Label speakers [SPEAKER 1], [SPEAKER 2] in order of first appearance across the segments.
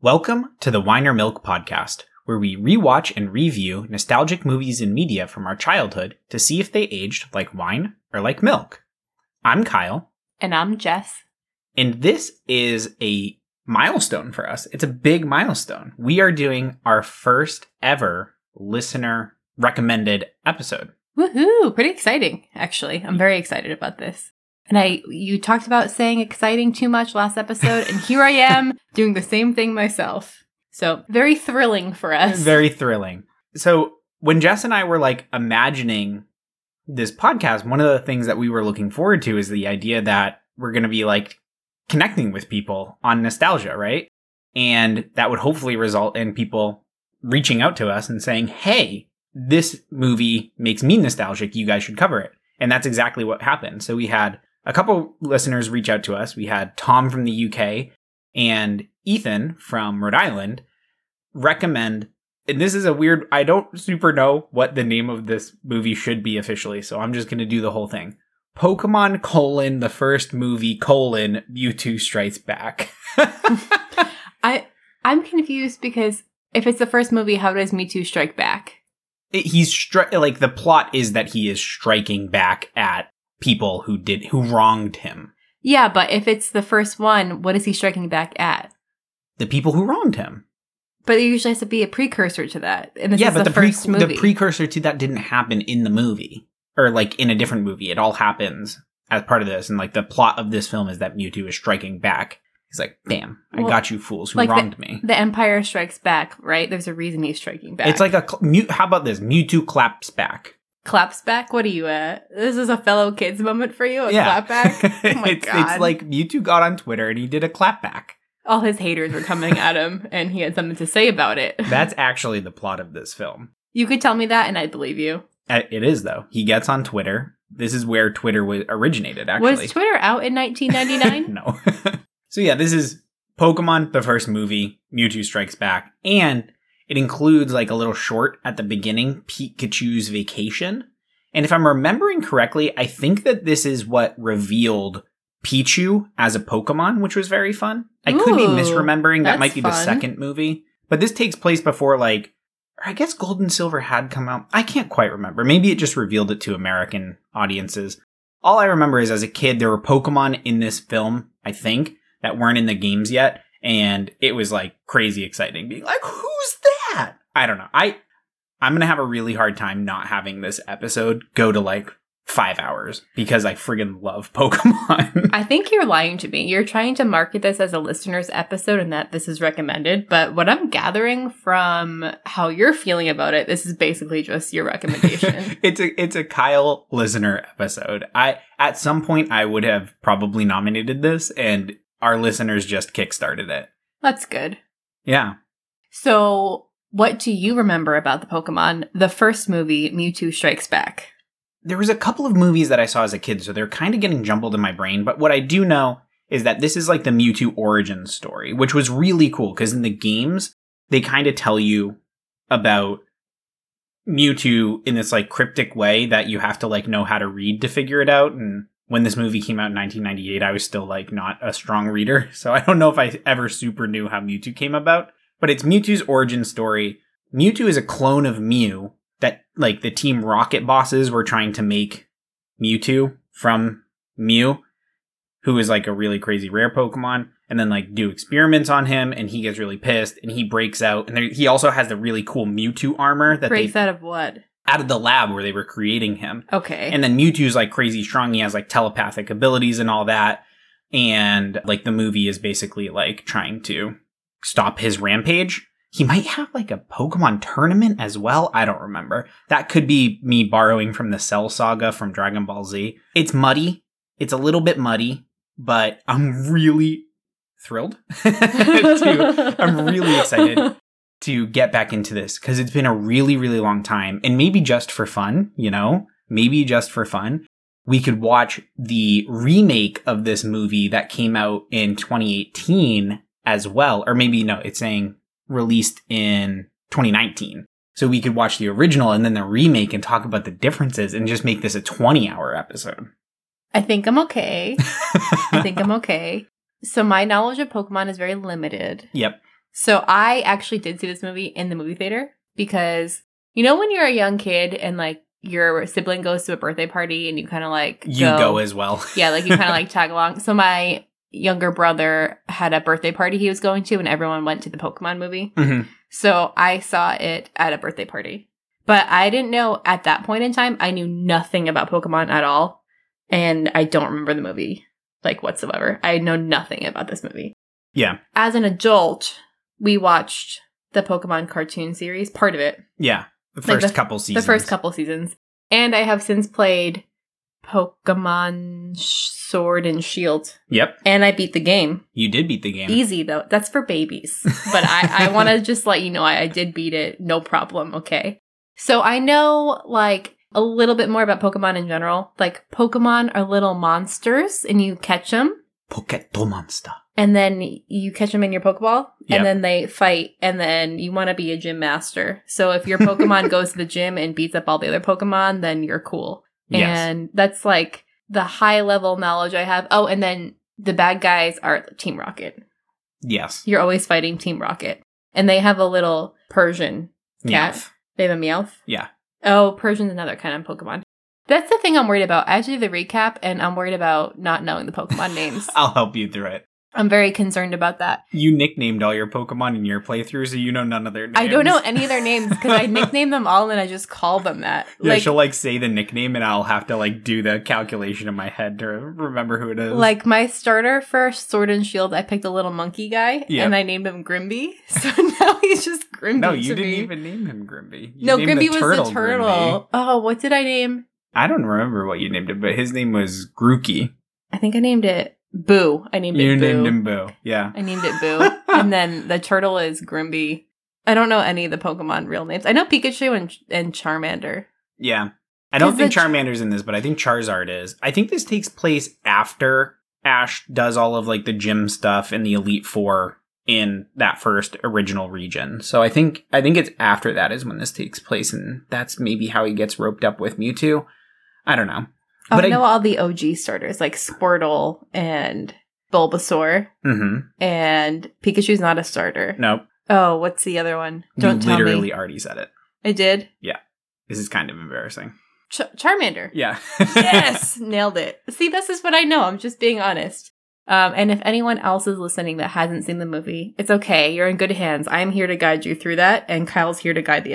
[SPEAKER 1] Welcome to the Winer Milk Podcast, where we rewatch and review nostalgic movies and media from our childhood to see if they aged like wine or like milk. I'm Kyle,
[SPEAKER 2] And I'm Jess.
[SPEAKER 1] and this is a milestone for us. It's a big milestone. We are doing our first ever listener recommended episode.
[SPEAKER 2] Woohoo! Pretty exciting, actually. I'm very excited about this. And I, you talked about saying exciting too much last episode, and here I am doing the same thing myself. So very thrilling for us.
[SPEAKER 1] Very thrilling. So, when Jess and I were like imagining this podcast, one of the things that we were looking forward to is the idea that we're going to be like connecting with people on nostalgia, right? And that would hopefully result in people reaching out to us and saying, hey, this movie makes me nostalgic. You guys should cover it. And that's exactly what happened. So, we had a couple listeners reach out to us. We had Tom from the UK and Ethan from Rhode Island recommend and this is a weird I don't super know what the name of this movie should be officially, so I'm just gonna do the whole thing. Pokemon colon the first movie colon Mewtwo Strikes Back.
[SPEAKER 2] I, I'm confused because if it's the first movie, how does Me Too strike back?
[SPEAKER 1] It- he's stri- like the plot is that he is striking back at people who did who wronged him,
[SPEAKER 2] Yeah, but if it's the first one, what is he striking back at?
[SPEAKER 1] the people who wronged him.
[SPEAKER 2] But it usually has to be a precursor to that. And this
[SPEAKER 1] yeah,
[SPEAKER 2] is
[SPEAKER 1] but
[SPEAKER 2] the,
[SPEAKER 1] the,
[SPEAKER 2] first
[SPEAKER 1] pre-
[SPEAKER 2] movie.
[SPEAKER 1] the precursor to that didn't happen in the movie or like in a different movie. It all happens as part of this, and like the plot of this film is that Mewtwo is striking back. He's like, "Bam! I
[SPEAKER 2] Well,
[SPEAKER 1] got you, fools who
[SPEAKER 2] like the-
[SPEAKER 1] wronged me."
[SPEAKER 2] the Empire Strikes Back, right? There's a reason he's striking back.
[SPEAKER 1] It's like a cl- mute. How about this? Mewtwo claps back.
[SPEAKER 2] claps back. What are you at? This is a fellow kids moment for you. A clap back. Oh my
[SPEAKER 1] it's,
[SPEAKER 2] God.
[SPEAKER 1] it's like Mewtwo got on Twitter and he did a clap back.
[SPEAKER 2] All his haters were coming at him, and he had something to say about it.
[SPEAKER 1] That's actually the plot of this film.
[SPEAKER 2] you could tell me that, and I believe you.
[SPEAKER 1] Uh, It is though. He gets on Twitter. This is where Twitter was originated. Actually,
[SPEAKER 2] Was Twitter out in 1999?
[SPEAKER 1] no. so yeah, this is Pokemon, the first movie, Mewtwo Strikes Back, and it includes like a little short at the beginning, Pikachu's Vacation. And if I'm remembering correctly, I think that this is what revealed Pichu as a Pokemon, which was very fun. I could be
[SPEAKER 2] Ooh,
[SPEAKER 1] misremembering. That
[SPEAKER 2] that's
[SPEAKER 1] might be the
[SPEAKER 2] fun.
[SPEAKER 1] second movie. But this takes place before like I guess Gold and Silver had come out. I can't quite remember. Maybe it just revealed it to American audiences. All I remember is as a kid, there were Pokemon in this film, I think, that weren't in the games yet. And it was like crazy exciting being like, who's that? I don't know. I, I'm going to have a really hard time not having this episode go to like five hours because I friggin' love Pokemon.
[SPEAKER 2] I think you're lying to me. You're trying to market this as a listener's episode and that this is recommended, but what I'm gathering from how you're feeling about it, this is basically just your recommendation.
[SPEAKER 1] it's a it's a Kyle listener episode. I at some point I would have probably nominated this, and our listeners just kickstarted it.
[SPEAKER 2] That's good.
[SPEAKER 1] Yeah,
[SPEAKER 2] So, what do you remember about the Pokemon? The first movie, Mewtwo Strikes Back.
[SPEAKER 1] there was a couple of movies that I saw as a kid, so they're kind of getting jumbled in my brain. But what I do know is that this is like the Mewtwo origin story, which was really cool because in the games they kind of tell you about Mewtwo in this like cryptic way that you have to like know how to read to figure it out. And when this movie came out in 1998, I was still like not a strong reader, so I don't know if I ever super knew how Mewtwo came about. But it's Mewtwo's origin story. Mewtwo is a clone of Mew that like the Team Rocket bosses were trying to make Mewtwo from Mew, who is like a really crazy rare Pokemon, and then like do experiments on him, and he gets really pissed, and he breaks out, and there, he also has the really cool Mewtwo armor that they
[SPEAKER 2] Breaks out of what?
[SPEAKER 1] out of the lab where they were creating him.
[SPEAKER 2] Okay.
[SPEAKER 1] And then Mewtwo's like crazy strong. He has like telepathic abilities and all that. And like the movie is basically like trying to stop his rampage. He might have like a Pokemon tournament as well. I don't remember. That could be me borrowing from the Cell Saga from Dragon Ball Z. It's muddy. It's a little bit muddy, but I'm really thrilled to I'm really excited. to get back into this because it's been a really, really long time. And maybe just for fun, you know, maybe just for fun, we could watch the remake of this movie that came out in 2018 as well. Or maybe, no, it's saying released in 2019. So we could watch the original and then the remake and talk about the differences and just make this a 20 hour episode.
[SPEAKER 2] I think I'm okay. I think I'm okay. So my knowledge of Pokemon is very limited.
[SPEAKER 1] Yep.
[SPEAKER 2] So I actually did see this movie in the movie theater because you know when you're a young kid and like your sibling goes to a birthday party and you kind of like
[SPEAKER 1] You go as well.
[SPEAKER 2] yeah, like you kind of like tag along. So my younger brother had a birthday party he was going to and everyone went to the Pokemon movie.
[SPEAKER 1] Mhm.
[SPEAKER 2] So I saw it at a birthday party. But I didn't know at that point in time, I knew nothing about Pokemon at all. And I don't remember the movie, like whatsoever. I know nothing about this movie.
[SPEAKER 1] Yeah.
[SPEAKER 2] As an adult, we watched the Pokemon cartoon series, part of it,
[SPEAKER 1] Yeah. The
[SPEAKER 2] Like the-
[SPEAKER 1] first couple seasons.
[SPEAKER 2] the first couple seasons. And I have since played Pokemon Sh- Sword and Shield.
[SPEAKER 1] Yep.
[SPEAKER 2] And I beat the game.
[SPEAKER 1] You did beat the game.
[SPEAKER 2] Easy though. That's for babies. But I, I want to just let you know I, I did beat it. No problem. Okay. So I know like a little bit more about Pokemon in general. Like Pokemon are little monsters and you catch them
[SPEAKER 1] Poketo Monster.
[SPEAKER 2] and then you catch them in your Pokeball
[SPEAKER 1] Yep.
[SPEAKER 2] and then they fight and then you want to be a gym master. So if your Pokemon goes to the gym and beats up all the other Pokemon, then you're cool.
[SPEAKER 1] Yes.
[SPEAKER 2] And that's like the high level knowledge I have. Oh, and then the bad guys are Team Rocket.
[SPEAKER 1] Yes.
[SPEAKER 2] You're always fighting Team Rocket. And they have a little Persian. Cat.
[SPEAKER 1] Meowth.
[SPEAKER 2] They have a Meowth?
[SPEAKER 1] Yeah.
[SPEAKER 2] Oh, Persian's another kind of Pokemon. That's the thing I'm worried about. I actually did the recap and I'm worried about not knowing the Pokemon names.
[SPEAKER 1] I'll help you through it.
[SPEAKER 2] I'm very concerned about that.
[SPEAKER 1] You nicknamed all your Pokemon in your playthrough, so you know none of their names.
[SPEAKER 2] I don't know any of their names because I nickname them all and I just call them that.
[SPEAKER 1] Yeah,
[SPEAKER 2] like,
[SPEAKER 1] she'll like say the nickname, and I'll have to like do the calculation in my head to remember who it is.
[SPEAKER 2] like my starter for Sword and Shield, I picked a little monkey guy
[SPEAKER 1] Yeah.
[SPEAKER 2] and I named him Grimby. So now he's just Grimby.
[SPEAKER 1] no,
[SPEAKER 2] to
[SPEAKER 1] you didn't
[SPEAKER 2] me.
[SPEAKER 1] even name him Grimby. You
[SPEAKER 2] no,
[SPEAKER 1] named the
[SPEAKER 2] Grimby was
[SPEAKER 1] turtle
[SPEAKER 2] the turtle.
[SPEAKER 1] Grimby.
[SPEAKER 2] Oh, what did I name?
[SPEAKER 1] I don't remember what you named him, but his name was Grookey.
[SPEAKER 2] I think I named it Boo. I named
[SPEAKER 1] You
[SPEAKER 2] it
[SPEAKER 1] named
[SPEAKER 2] Boo.
[SPEAKER 1] him Boo. Yeah.
[SPEAKER 2] I named it Boo. and then the turtle is Grimby. I don't know any of the Pokemon real names. I know Pikachu and, and Charmander.
[SPEAKER 1] Yeah. I don't
[SPEAKER 2] 'Cause
[SPEAKER 1] think
[SPEAKER 2] the-
[SPEAKER 1] Charmander's in this, but I think Charizard is. I think this takes place after Ash does all of like the gym stuff and the Elite Four in that first original region. So I think I think it's after that is when this takes place, and that's maybe how he gets roped up with Mewtwo. I don't know.
[SPEAKER 2] Oh,
[SPEAKER 1] But
[SPEAKER 2] I
[SPEAKER 1] I-
[SPEAKER 2] know all the OG starters like Squirtle and Bulbasaur.
[SPEAKER 1] Mm-hmm.
[SPEAKER 2] and Pikachu's not a starter.
[SPEAKER 1] Nope.
[SPEAKER 2] Oh, what's the other one?
[SPEAKER 1] you
[SPEAKER 2] Don't tell
[SPEAKER 1] literally
[SPEAKER 2] me.
[SPEAKER 1] already said it.
[SPEAKER 2] I did.
[SPEAKER 1] This is kind of embarrassing.
[SPEAKER 2] Ch- Charmander.
[SPEAKER 1] Yeah.
[SPEAKER 2] yes, nailed it. See, this is what I know. I'm just being honest. Um, and if anyone else is listening that hasn't seen the movie, it's okay. You're in good hands. I'm here to guide you through that, and Kyle's here to guide the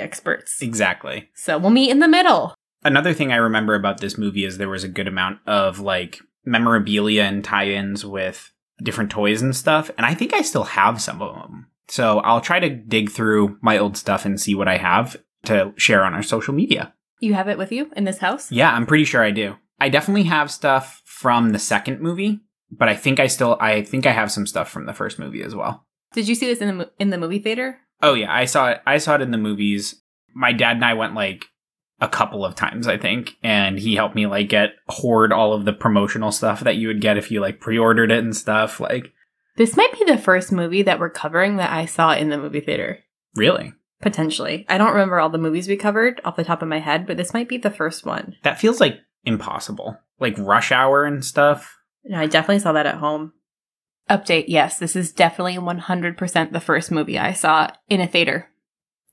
[SPEAKER 2] experts.
[SPEAKER 1] exactly.
[SPEAKER 2] So we'll meet in the middle.
[SPEAKER 1] another thing I remember about this movie is there was a good amount of like memorabilia and tie-ins with different toys and stuff, and I think I still have some of them. So I'll try to dig through my old stuff and see what I have to share on our social media.
[SPEAKER 2] You have it with you in this house?
[SPEAKER 1] Yeah, I'm pretty sure I do. I definitely have stuff from the second movie, but I think I still I think I have some stuff from the first movie as well.
[SPEAKER 2] Did you see this in the mo- in the movie theater?
[SPEAKER 1] Oh yeah, I saw it. I saw it in the movies. My dad and I went like a couple of times, I think, and he helped me like get hoard all of the promotional stuff that you would get if you like pre-ordered it and stuff. Like,
[SPEAKER 2] This might be the first movie that we're covering that I saw in the movie theater.
[SPEAKER 1] really?
[SPEAKER 2] Potentially. I don't remember all the movies we covered off the top of my head, but this might be the first one.
[SPEAKER 1] That feels like impossible. Like rush hour and stuff.
[SPEAKER 2] No, I definitely saw that at home. Update yes, this is definitely 100% the first movie I saw in a theater.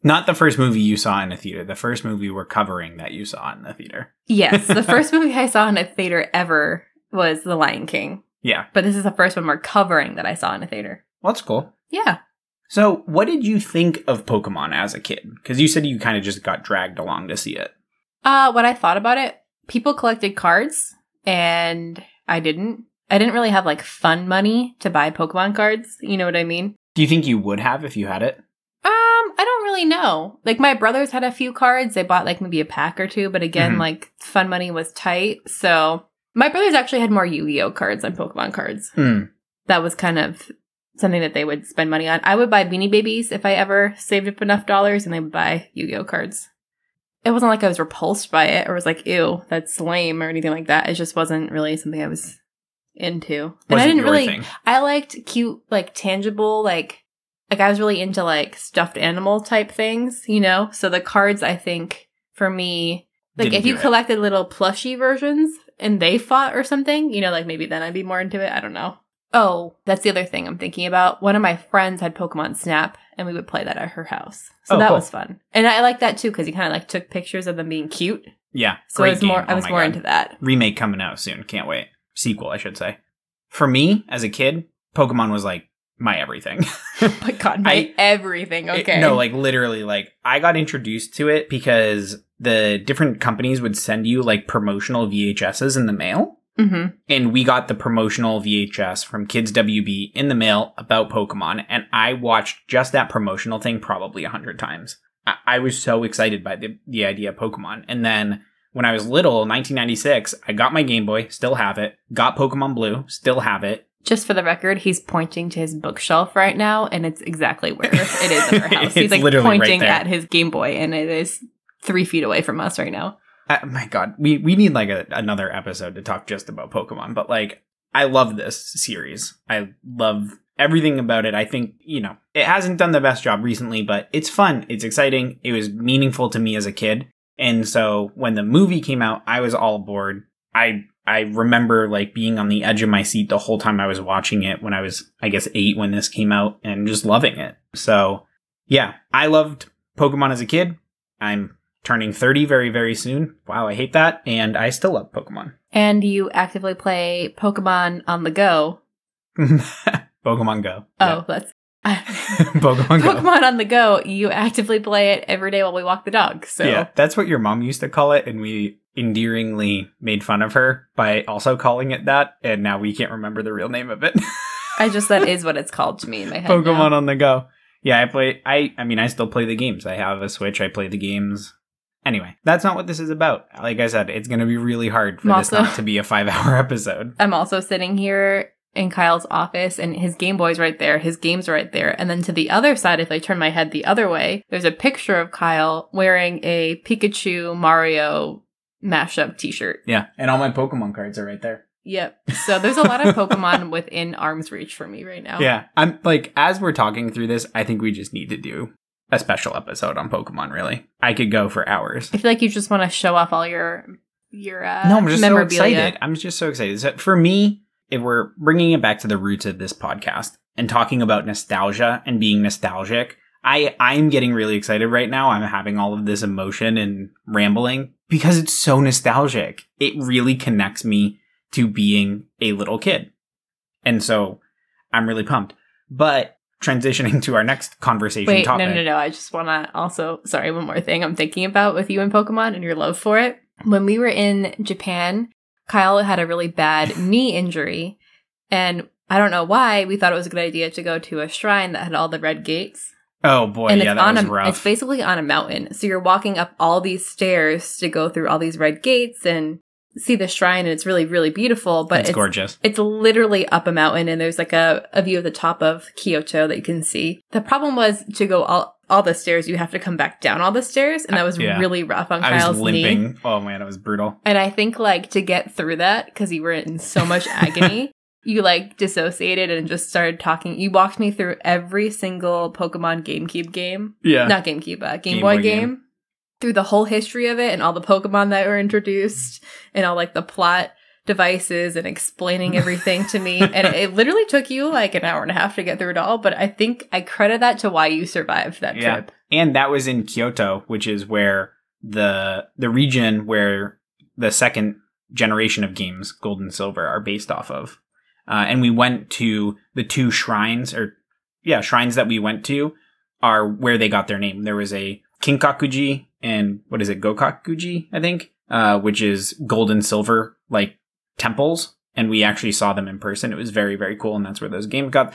[SPEAKER 1] Not the first movie you saw in a theater. The first movie we're covering that you saw in the theater.
[SPEAKER 2] Yes, the first movie I saw in a theater ever was The Lion King,
[SPEAKER 1] Yeah.
[SPEAKER 2] but this is the first one we're covering that I saw in a theater.
[SPEAKER 1] Well, that's cool.
[SPEAKER 2] Yeah.
[SPEAKER 1] So, what did you think of Pokemon as a kid? Because you said you kind of just got dragged along to see it.
[SPEAKER 2] Uh, what I thought about it, people collected cards and I didn't. I didn't really have like fun money to buy Pokemon cards. You know what I mean?
[SPEAKER 1] Do you think you would have if you had it?
[SPEAKER 2] Um, I don't really know. Like my brothers had a few cards. They bought like maybe a pack or two, but again,
[SPEAKER 1] Mhm.
[SPEAKER 2] like fun money was tight. So my brothers actually had more Yu-Gi-Oh cards than Pokemon cards.
[SPEAKER 1] Hmm.
[SPEAKER 2] That was kind of something that they would spend money on. I would buy Beanie Babies if I ever saved up enough dollars and they would buy Yu-Gi-Oh cards. It wasn't like I was repulsed by it or was like, ew, that's lame or anything like that. It just wasn't really something I was into. and I
[SPEAKER 1] Wasn't
[SPEAKER 2] didn't
[SPEAKER 1] your
[SPEAKER 2] really
[SPEAKER 1] thing.
[SPEAKER 2] I liked cute, like tangible, like like I was really into like stuffed animal type things, you know. So the cards, I think, for me, like
[SPEAKER 1] Didn't
[SPEAKER 2] if you
[SPEAKER 1] do it.
[SPEAKER 2] collected little plushie versions and they fought or something, you know, like maybe then I'd be more into it. I don't know. Oh, that's the other thing I'm thinking about. One of my friends had Pokemon Snap, and we would play that at her house. So
[SPEAKER 1] Oh,
[SPEAKER 2] that
[SPEAKER 1] cool.
[SPEAKER 2] was fun, and I like that too because he kind of like took pictures of them being cute.
[SPEAKER 1] Yeah.
[SPEAKER 2] So I was more,
[SPEAKER 1] Oh
[SPEAKER 2] I was more into that.
[SPEAKER 1] Remake coming out soon. Can't wait. Sequel, I should say. For me, as a kid, Pokemon was like my everything.
[SPEAKER 2] My God, my
[SPEAKER 1] I-
[SPEAKER 2] everything.
[SPEAKER 1] It-
[SPEAKER 2] Okay,
[SPEAKER 1] no, like literally, like I got introduced to it because the different companies would send you like promotional VHSs in the mail.
[SPEAKER 2] Mhm.
[SPEAKER 1] And we got the promotional VHS from Kids WB in the mail about Pokemon. And I watched just that promotional thing probably a hundred times. I-, I was so excited by the, the idea of Pokemon. And then when I was little, 1996, I got my Game Boy, still have it, got Pokemon Blue, still have it.
[SPEAKER 2] Just for the record, he's pointing to his bookshelf right now, and it's exactly where it is in our house. He's
[SPEAKER 1] It's
[SPEAKER 2] like
[SPEAKER 1] literally right
[SPEAKER 2] pointing
[SPEAKER 1] there.
[SPEAKER 2] at his Game Boy, and it is three feet away from us right now.
[SPEAKER 1] Uh, my god, we we need like a, another episode to talk just about Pokemon, but like I love this series. I love everything about it. I think, you know, it hasn't done the best job recently, but it's fun, it's exciting, it was meaningful to me as a kid. And so when the movie came out, I was all aboard. I I remember like being on the edge of my seat the whole time I was watching it when I was I guess 8 when this came out and just loving it. So, yeah, I loved Pokemon as a kid. I'm turning 30 very, very soon. Wow, I hate that. And I still love Pokemon.
[SPEAKER 2] And you actively play Pokemon on the go.
[SPEAKER 1] Pokemon Go.
[SPEAKER 2] Oh,
[SPEAKER 1] Yeah.
[SPEAKER 2] that's
[SPEAKER 1] Pokemon Go.
[SPEAKER 2] Pokemon on the go. You actively play it every day while we walk the dog. So
[SPEAKER 1] Yeah, that's what your mom used to call it. And we endearingly made fun of her by also calling it that. And now we can't remember the real name of it.
[SPEAKER 2] I just that is what it's called to me in my head.
[SPEAKER 1] Pokemon
[SPEAKER 2] now.
[SPEAKER 1] on the Go. Yeah, I play. I I mean, I still play the games. I have a Switch. I play the games. Anyway, that's not what this is about. Like I said, it's going to be really hard for this
[SPEAKER 2] Also-
[SPEAKER 1] not to be a five-hour episode.
[SPEAKER 2] I'm also sitting here in Kyle's office and his Game Boy's right there, his game's right there. And then to the other side, if I turn my head the other way, there's a picture of Kyle wearing a Pikachu Mario mashup t shirt.
[SPEAKER 1] Yeah, and all my Pokemon cards are right there.
[SPEAKER 2] Yep. So there's a lot of Pokemon within arm's reach for me right now.
[SPEAKER 1] Yeah. I'm like, as we're talking through this, I think we just need to do a special episode on Pokemon, really. I could go for hours.
[SPEAKER 2] I feel like you just want to show off all your your uh,
[SPEAKER 1] No, I'm just so
[SPEAKER 2] memorabilia.
[SPEAKER 1] excited. I'm just so excited. So for me, if we're bringing it back to the roots of this podcast and talking about nostalgia and being nostalgic, I I'm getting really excited right now. I'm having all of this emotion and rambling because it's so nostalgic. It really connects me to being a little kid. And so I'm really pumped. But transitioning to our next conversation
[SPEAKER 2] Wait,
[SPEAKER 1] topic.
[SPEAKER 2] no, no, no. I just want to also, sorry, one more thing I'm thinking about with you and Pokemon and your love for it. When we were in Japan, Kyle had a really bad knee injury. And I don't know why we thought it was a good idea to go to a shrine that had all the red gates.
[SPEAKER 1] Oh boy,
[SPEAKER 2] and
[SPEAKER 1] yeah,
[SPEAKER 2] it's
[SPEAKER 1] that
[SPEAKER 2] on
[SPEAKER 1] was
[SPEAKER 2] a,
[SPEAKER 1] rough.
[SPEAKER 2] it's basically on a mountain. So you're walking up all these stairs to go through all these red gates and see the shrine. And it's really, really beautiful, but
[SPEAKER 1] it's
[SPEAKER 2] it's
[SPEAKER 1] gorgeous.
[SPEAKER 2] it's literally up a mountain and there's like a, a view of the top of Kyoto that you can see. The problem was to go all, all the stairs, you have to come back down all the stairs. And that was
[SPEAKER 1] Yeah.
[SPEAKER 2] really rough on
[SPEAKER 1] I was
[SPEAKER 2] Kyle's
[SPEAKER 1] limping.
[SPEAKER 2] knee.
[SPEAKER 1] Oh man, it was brutal.
[SPEAKER 2] And I think like to get through that, because you were in so much agony, you like dissociated and just started talking. You walked me through every single Pokemon GameCube game.
[SPEAKER 1] Yeah.
[SPEAKER 2] Not GameCube, uh, Game,
[SPEAKER 1] Game
[SPEAKER 2] Boy,
[SPEAKER 1] Boy
[SPEAKER 2] game.
[SPEAKER 1] game.
[SPEAKER 2] Through the whole history of it and all the Pokemon that were introduced and all like the plot devices and explaining everything to me. And it literally took you like an hour and a half to get through it all, but I think I credit that to why you survived that
[SPEAKER 1] Yeah.
[SPEAKER 2] trip.
[SPEAKER 1] and that was in Kyoto, which is where the the region where the second generation of games, Gold and Silver, are based off of. Uh, and we went to the two shrines, or yeah, shrines that we went to are where they got their name. There was a Kinkakuji and what is it, Gokakuji, I think, uh, which is gold and silver like temples. And we actually saw them in person. It was very very cool, and that's where those games got.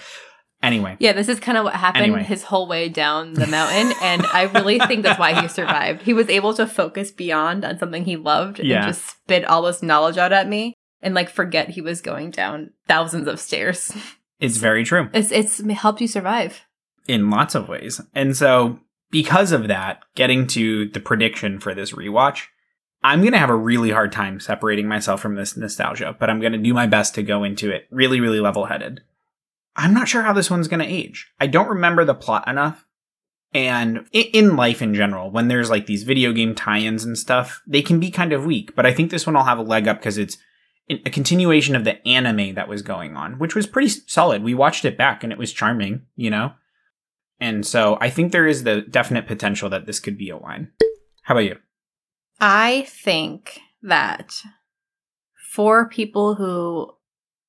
[SPEAKER 1] Anyway,
[SPEAKER 2] Yeah, this is kind of what happened
[SPEAKER 1] Anyway.
[SPEAKER 2] his whole way down the mountain. And I really think that's why he survived. He was able to focus beyond on something he loved
[SPEAKER 1] Yeah.
[SPEAKER 2] and just spit all this knowledge out at me and like forget he was going down thousands of stairs.
[SPEAKER 1] it's very true.
[SPEAKER 2] It's, it's helped you survive.
[SPEAKER 1] in lots of ways. And so, because of that, getting to the prediction for this rewatch, I'm going to have a really hard time separating myself from this nostalgia, but I'm going to do my best to go into it really, really level headed. I'm not sure how this one's going to age. I don't remember the plot enough. And i- in life in general, when there's like these video game tie ins and stuff, they can be kind of weak, but I think this one will have a leg up because it's a continuation of the anime that was going on, which was pretty solid. We watched it back and it was charming, you know? And so I think there is the definite potential that this could be a wine. How about you?
[SPEAKER 2] I think that for people who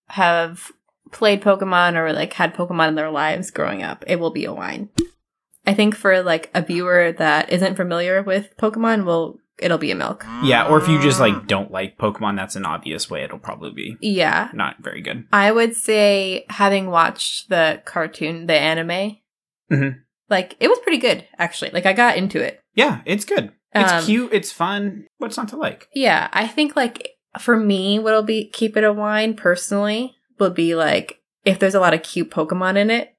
[SPEAKER 2] have played Pokemon or like had Pokemon in their lives growing up, it will be a wine. I think for like a viewer that isn't familiar with Pokemon, will it'll be a milk.
[SPEAKER 1] Yeah, or if you just like don't like Pokemon, that's an obvious way it'll probably be
[SPEAKER 2] Yeah.
[SPEAKER 1] not very good.
[SPEAKER 2] I would say having watched the cartoon, the anime,
[SPEAKER 1] Mhm.
[SPEAKER 2] like it was pretty good actually. Like I got into it.
[SPEAKER 1] Yeah, it's good. It's
[SPEAKER 2] Um,
[SPEAKER 1] cute, it's fun. What's not to like?
[SPEAKER 2] Yeah, I think like for me, what'll be keep it a wine personally would be like if there's a lot of cute Pokemon in it,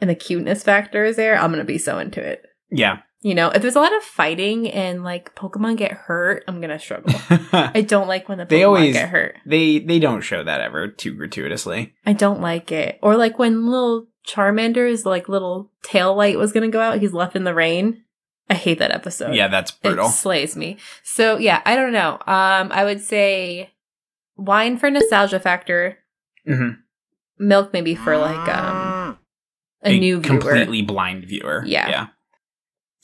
[SPEAKER 2] and the cuteness factor is there, I'm gonna be so into it.
[SPEAKER 1] Yeah.
[SPEAKER 2] You know, if there's a lot of fighting and like Pokemon get hurt, I'm gonna struggle. I don't like when the Pokemon
[SPEAKER 1] They always-
[SPEAKER 2] get hurt.
[SPEAKER 1] they they don't show that ever too gratuitously.
[SPEAKER 2] I don't like it. Or like when little Charmander's like little tail light was gonna go out, he's left in the rain. I hate that episode.
[SPEAKER 1] Yeah, that's
[SPEAKER 2] it
[SPEAKER 1] brutal.
[SPEAKER 2] slays me. So yeah, I don't know. Um, I would say wine for nostalgia factor,
[SPEAKER 1] hmm
[SPEAKER 2] milk maybe for like um a, new viewer.
[SPEAKER 1] completely blind viewer.
[SPEAKER 2] Yeah.
[SPEAKER 1] Yeah.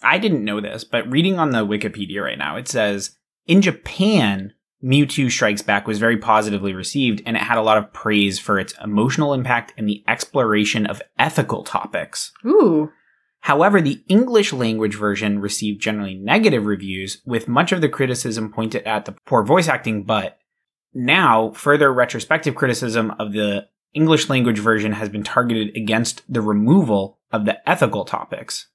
[SPEAKER 1] I didn't know this, but reading on the Wikipedia right now, it says in Japan, Mewtwo Strikes Back was very positively received and it had a lot of praise for its emotional impact and the exploration of ethical topics.
[SPEAKER 2] Ooh,
[SPEAKER 1] However, the English language version received generally negative reviews, with much of the criticism pointed at the poor voice acting. But now, further retrospective criticism of the English language version has been targeted against the removal of the ethical topics.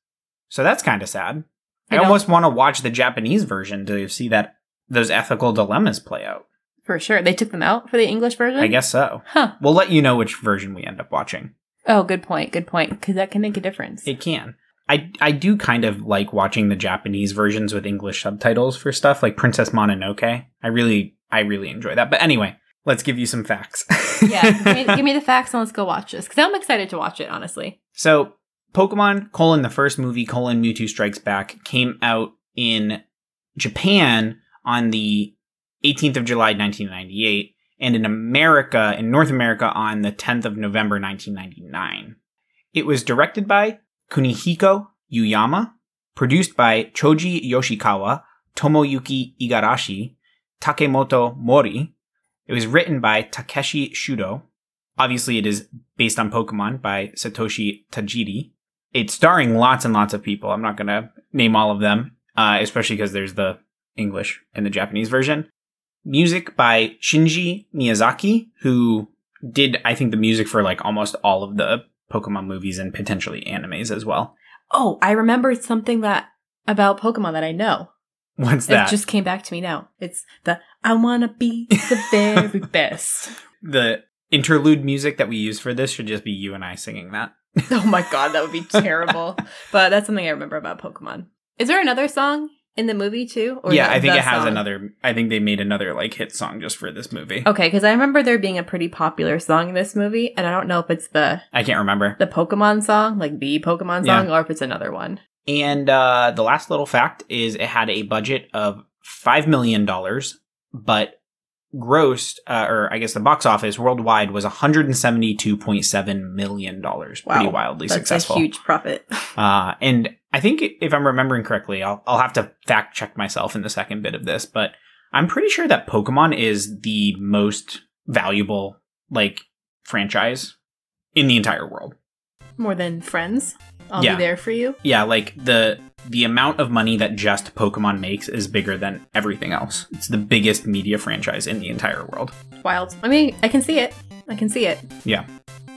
[SPEAKER 1] So that's kind of sad.
[SPEAKER 2] I
[SPEAKER 1] I,
[SPEAKER 2] know.
[SPEAKER 1] almost want to watch the Japanese version to see that those ethical dilemmas play out.
[SPEAKER 2] for sure. They took them out for the English version.
[SPEAKER 1] I guess so.
[SPEAKER 2] Huh.
[SPEAKER 1] We'll let you know which version we end up watching.
[SPEAKER 2] Oh, good point. Good point. Because that can make a difference.
[SPEAKER 1] It can. I I do kind of like watching the Japanese versions with English subtitles for stuff like Princess Mononoke. I really I really enjoy that. But anyway, let's give you some facts.
[SPEAKER 2] yeah, give me, give me the facts and let's go watch this. Because I'm excited to watch it. Honestly.
[SPEAKER 1] so Pokemon colon the first movie colon Mewtwo Strikes Back came out in Japan on the 18th of July 1998 and in America in North America on the 10th of November 1999. It was directed by Kunihiko Yuyama, produced by Choji Yoshikawa, Tomoyuki Igarashi, Takemoto Mori. It was written by Takeshi Shudo. Obviously, it is based on Pokemon by Satoshi Tajiri. It's starring lots and lots of people. I'm not going to name all of them, uh, especially because there's the English and the Japanese version. Music by Shinji Miyazaki, who did, I think, the music for like almost all of the Pokemon movies and potentially animes as well.
[SPEAKER 2] Oh, I remembered something that about Pokemon that I know.
[SPEAKER 1] What's
[SPEAKER 2] It
[SPEAKER 1] that?
[SPEAKER 2] just came back to me now. It's the I wanna be the very best.
[SPEAKER 1] the interlude music that we use for this should just be you and I singing that.
[SPEAKER 2] Oh my god, that would be terrible. but that's something I remember about Pokemon. Is there another song in the movie too?
[SPEAKER 1] yeah,
[SPEAKER 2] the-
[SPEAKER 1] I think
[SPEAKER 2] the
[SPEAKER 1] it has
[SPEAKER 2] song?
[SPEAKER 1] another. I think they made another like hit song just for this movie.
[SPEAKER 2] Okay, because I remember there being a pretty popular song in this movie, and I don't know if it's the
[SPEAKER 1] I can't remember.
[SPEAKER 2] the Pokemon song, like the Pokemon
[SPEAKER 1] Yeah.
[SPEAKER 2] song, or if it's another one.
[SPEAKER 1] And uh, the last little fact is it had a budget of $5 million, but grossed, uh, or I guess the box office worldwide was $172.7 million. Pretty
[SPEAKER 2] Wow.
[SPEAKER 1] wildly
[SPEAKER 2] That's
[SPEAKER 1] successful.
[SPEAKER 2] a huge profit.
[SPEAKER 1] Uh, and I think if I'm remembering correctly, I'll, I'll have to fact check myself in the second bit of this, but I'm pretty sure that Pokemon is the most valuable, like, franchise in the entire world.
[SPEAKER 2] More than friends. I'll
[SPEAKER 1] Yeah.
[SPEAKER 2] be there for you.
[SPEAKER 1] yeah like the the amount of money that just pokemon makes is bigger than everything else it's the biggest media franchise in the entire world
[SPEAKER 2] Wild. I mean, I can see it. I can see it.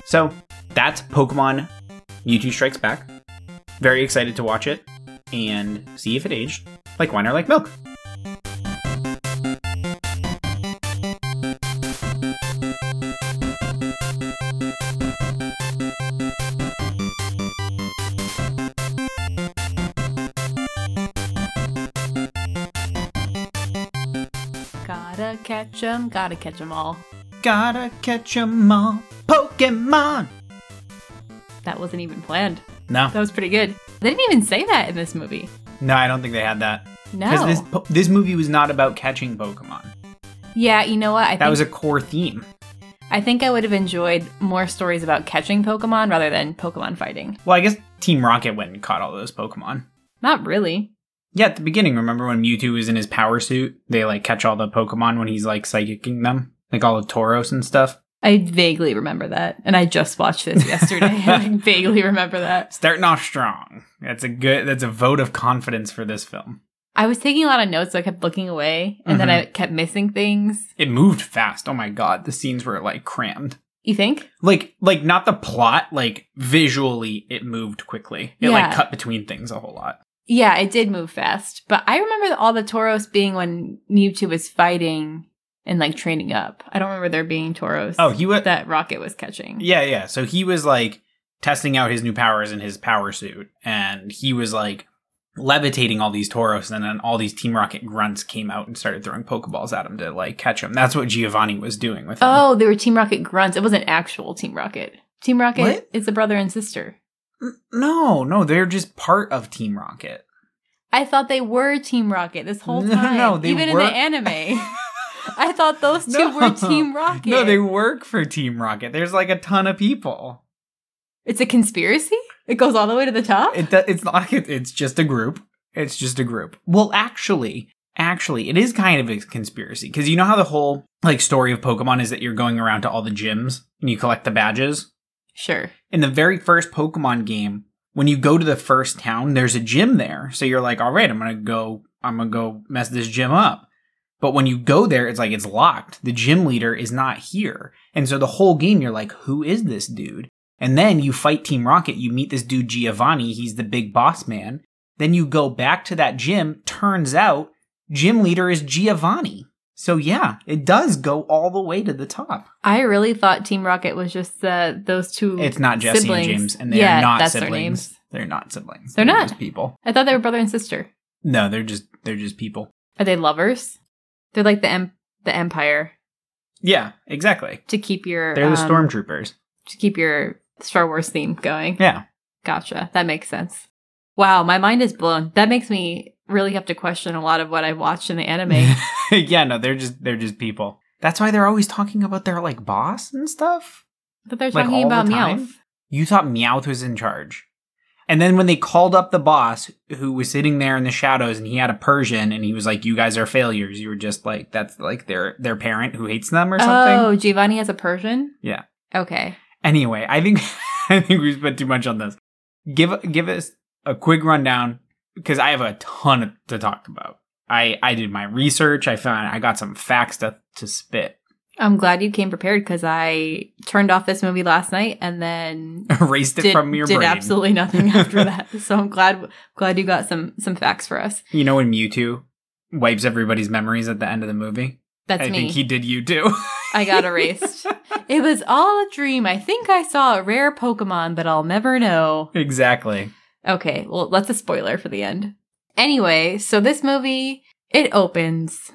[SPEAKER 1] so that's pokemon mewtwo strikes back very excited to watch it and see if it aged like wine or like milk
[SPEAKER 2] Gotta catch 'em, gotta catch 'em all.
[SPEAKER 1] gotta catch 'em all pokemon
[SPEAKER 2] That wasn't even planned.
[SPEAKER 1] no
[SPEAKER 2] That was pretty good. They didn't even say that in this movie.
[SPEAKER 1] no i don't think they had that
[SPEAKER 2] No.
[SPEAKER 1] because this po- this movie was not about catching pokemon
[SPEAKER 2] Yeah, you know what? I
[SPEAKER 1] That
[SPEAKER 2] think
[SPEAKER 1] was a core theme.
[SPEAKER 2] I think I would have enjoyed more stories about catching Pokemon rather than Pokemon fighting.
[SPEAKER 1] Well, I guess Team Rocket went and caught all those Pokemon.
[SPEAKER 2] Not really.
[SPEAKER 1] Yeah, at the beginning, remember when Mewtwo was in his power suit? They like catch all the Pokemon when he's like psychicking them, like all the Tauros and stuff.
[SPEAKER 2] I vaguely remember that, and I just watched this yesterday. I vaguely remember that.
[SPEAKER 1] Starting off strong. That's a good. That's a vote of confidence for this film.
[SPEAKER 2] I was taking a lot of notes, so I kept looking away, and then
[SPEAKER 1] Mhm.
[SPEAKER 2] I kept missing things.
[SPEAKER 1] It moved fast. Oh my god, the scenes were like crammed.
[SPEAKER 2] You think?
[SPEAKER 1] Like, like not the plot. Like visually, it moved quickly. It
[SPEAKER 2] Yeah.
[SPEAKER 1] like cut between things a whole lot.
[SPEAKER 2] Yeah, it did move fast, but I remember all the Tauros being when Mewtwo was fighting and like training up. I don't remember there being Tauros
[SPEAKER 1] Oh, he was.
[SPEAKER 2] that Rocket was catching.
[SPEAKER 1] Yeah, yeah. So he was like testing out his new powers in his power suit, and he was like levitating all these Tauros, and then all these Team Rocket grunts came out and started throwing Pokeballs at him to like catch him. That's what Giovanni was doing with him.
[SPEAKER 2] Oh, they were Team Rocket grunts. It wasn't actual Team Rocket. Team Rocket
[SPEAKER 1] What?
[SPEAKER 2] is a brother and sister.
[SPEAKER 1] N- No, no, they're just part of Team Rocket.
[SPEAKER 2] I thought they were Team Rocket this whole
[SPEAKER 1] No, no,
[SPEAKER 2] time.
[SPEAKER 1] no, they
[SPEAKER 2] even
[SPEAKER 1] were-
[SPEAKER 2] in the anime. I thought those two
[SPEAKER 1] No.
[SPEAKER 2] were Team Rocket.
[SPEAKER 1] No, they work for Team Rocket. There's like a ton of people.
[SPEAKER 2] It's a conspiracy? It goes all the way to the top?
[SPEAKER 1] It do- it's not like it- it's just a group. It's just a group. Well, actually, actually, it is kind of a conspiracy because you know how the whole like story of Pokemon is that you're going around to all the gyms and you collect the badges.
[SPEAKER 2] sure.
[SPEAKER 1] In the very first Pokemon game, when you go to the first town, there's a gym there. So you're like, all right, I'm gonna go. I'm gonna go mess this gym up. But when you go there, it's like it's locked. The gym leader is not here. And so the whole game, you're like, who is this dude? And then you fight Team Rocket. You meet this dude, Giovanni. He's the big boss man. Then you go back to that gym. Turns out, gym leader is Giovanni. So yeah, it does go all the way to the top.
[SPEAKER 2] I really thought Team Rocket was just uh, those two.
[SPEAKER 1] It's not Jesse
[SPEAKER 2] siblings.
[SPEAKER 1] and James, and they
[SPEAKER 2] Yeah,
[SPEAKER 1] are not
[SPEAKER 2] that's their
[SPEAKER 1] siblings.
[SPEAKER 2] names.
[SPEAKER 1] They're not siblings.
[SPEAKER 2] They're not.
[SPEAKER 1] just people.
[SPEAKER 2] I thought they were brother and sister.
[SPEAKER 1] No, they're just they're just people.
[SPEAKER 2] Are they lovers? They're like the em- the Empire
[SPEAKER 1] Yeah, exactly.
[SPEAKER 2] to keep your
[SPEAKER 1] They're the
[SPEAKER 2] um,
[SPEAKER 1] stormtroopers.
[SPEAKER 2] to keep your Star Wars theme going.
[SPEAKER 1] Yeah.
[SPEAKER 2] Gotcha. That makes sense. Wow, my mind is blown. That makes me really have to question a lot of what I watched in the anime.
[SPEAKER 1] yeah, no, they're just they're just people. That's why they're always talking about their like boss and stuff.
[SPEAKER 2] but they're
[SPEAKER 1] Like,
[SPEAKER 2] talking
[SPEAKER 1] all the
[SPEAKER 2] about
[SPEAKER 1] time?
[SPEAKER 2] Meowth.
[SPEAKER 1] You thought Meowth was in charge. And then when they called up the boss who was sitting there in the shadows and he had a Persian and he was like, You guys are failures. You were just like that's like their their parent who hates them or something.
[SPEAKER 2] Oh, Giovanni has a Persian?
[SPEAKER 1] Yeah.
[SPEAKER 2] Okay.
[SPEAKER 1] Anyway, I think I think we spent too much on this. Give give us a quick rundown because I have a ton to talk about. I I did my research. I found I got some facts to to spit.
[SPEAKER 2] I'm glad you came prepared because I turned off this movie last night and then
[SPEAKER 1] Erased it
[SPEAKER 2] did,
[SPEAKER 1] from your
[SPEAKER 2] did
[SPEAKER 1] brain.
[SPEAKER 2] absolutely nothing after that. So I'm glad glad you got some some facts for us.
[SPEAKER 1] You know when Mewtwo wipes everybody's memories at the end of the movie.
[SPEAKER 2] That's
[SPEAKER 1] I
[SPEAKER 2] me.
[SPEAKER 1] think he did you too.
[SPEAKER 2] I got erased. it was all a dream. I think I saw a rare Pokemon, but I'll never know.
[SPEAKER 1] exactly.
[SPEAKER 2] Okay, well, that's a spoiler for the end. Anyway, so this movie, it opens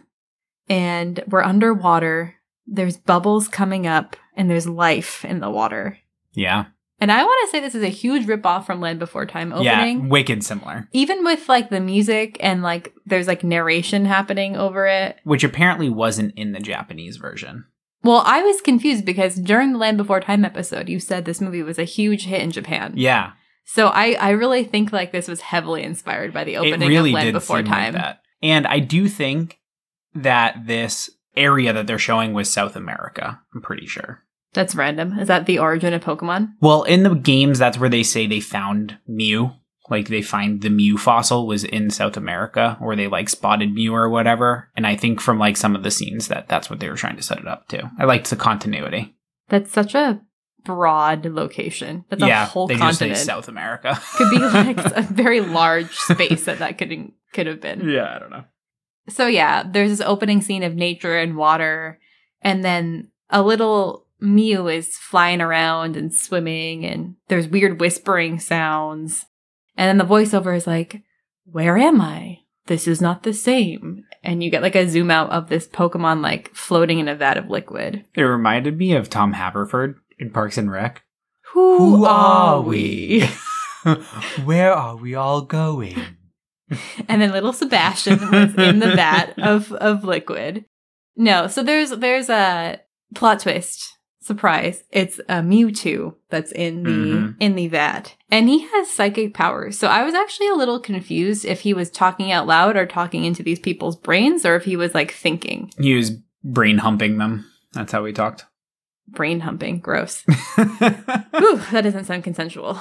[SPEAKER 2] and we're underwater. There's bubbles coming up and there's life in the water.
[SPEAKER 1] Yeah.
[SPEAKER 2] And I want to say this is a huge ripoff from Land Before Time
[SPEAKER 1] Yeah.
[SPEAKER 2] opening.
[SPEAKER 1] Wicked similar.
[SPEAKER 2] Even with like the music and like there's like narration happening over it.
[SPEAKER 1] Which apparently wasn't in the Japanese version.
[SPEAKER 2] Well, I was confused because during the Land Before Time episode, you said this movie was a huge hit in Japan.
[SPEAKER 1] Yeah.
[SPEAKER 2] So I, I really think like this was heavily inspired by the opening of Land Before
[SPEAKER 1] seem like
[SPEAKER 2] Time.
[SPEAKER 1] that. And I do think that this area that they're showing was South America. I'm pretty sure.
[SPEAKER 2] That's random. Is that the origin of Pokemon?
[SPEAKER 1] Well, in the games, that's where they say they found Mew. Like they find the Mew fossil was in South America, or they like spotted Mew or whatever. And I think from like some of the scenes that that's what they were trying to set it up to. I liked the continuity.
[SPEAKER 2] That's such a broad location. That's
[SPEAKER 1] yeah,
[SPEAKER 2] a whole
[SPEAKER 1] they
[SPEAKER 2] continent.
[SPEAKER 1] just say South America.
[SPEAKER 2] could be like a very large space that that could could have been.
[SPEAKER 1] yeah, I don't know.
[SPEAKER 2] So yeah, there's this opening scene of nature and water, and then a little Mew is flying around and swimming, and there's weird whispering sounds. And then the voiceover is like, Where am I? This is not the same. And you get like a zoom out of this Pokemon like floating in a vat of liquid.
[SPEAKER 1] It reminded me of Tom Haverford in Parks and Rec.
[SPEAKER 2] Who,
[SPEAKER 1] Who are we? Where are we all going?
[SPEAKER 2] and then little Sebastian was in the vat of, of liquid. No, so there's there's a plot twist. Surprise. It's a Mewtwo that's in the
[SPEAKER 1] Mhm.
[SPEAKER 2] in the vat. And he has psychic powers. So I was actually a little confused if he was talking out loud or talking into these people's brains or if he was like thinking.
[SPEAKER 1] He was brain humping them. That's how we talked.
[SPEAKER 2] Brain humping. Gross. Ooh, that doesn't sound consensual.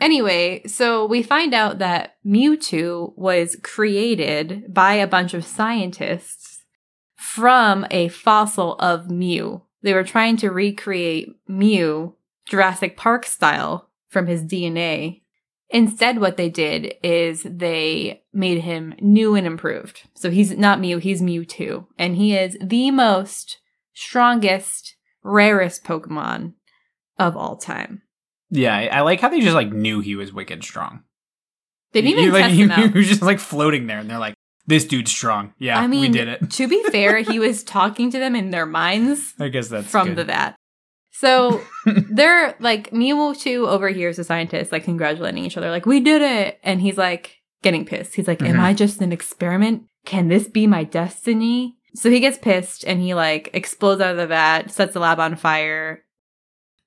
[SPEAKER 2] Anyway, so we find out that Mewtwo was created by a bunch of scientists from a fossil of Mew. They were trying to recreate Mew Jurassic Park style from his DNA. Instead, what they did is they made him new and improved. So he's not Mew, he's Mewtwo. And he is the most strongest, rarest Pokemon of all time.
[SPEAKER 1] yeah, I, I like how they just like knew he was wicked strong.
[SPEAKER 2] They didn't even
[SPEAKER 1] You- like,
[SPEAKER 2] test
[SPEAKER 1] you-
[SPEAKER 2] him out.
[SPEAKER 1] He was just like floating there, and they're like, "This dude's strong. Yeah,
[SPEAKER 2] I mean,
[SPEAKER 1] we did it."
[SPEAKER 2] to be fair, he was talking to them in their minds
[SPEAKER 1] I guess that's
[SPEAKER 2] from
[SPEAKER 1] good.
[SPEAKER 2] the vat. So they're like, Mewtwo overhears the scientists like congratulating each other, like, we did it. And he's like getting pissed. He's like, am
[SPEAKER 1] Mhm.
[SPEAKER 2] I just an experiment? Can this be my destiny? So he gets pissed and he like explodes out of the vat, sets the lab on fire.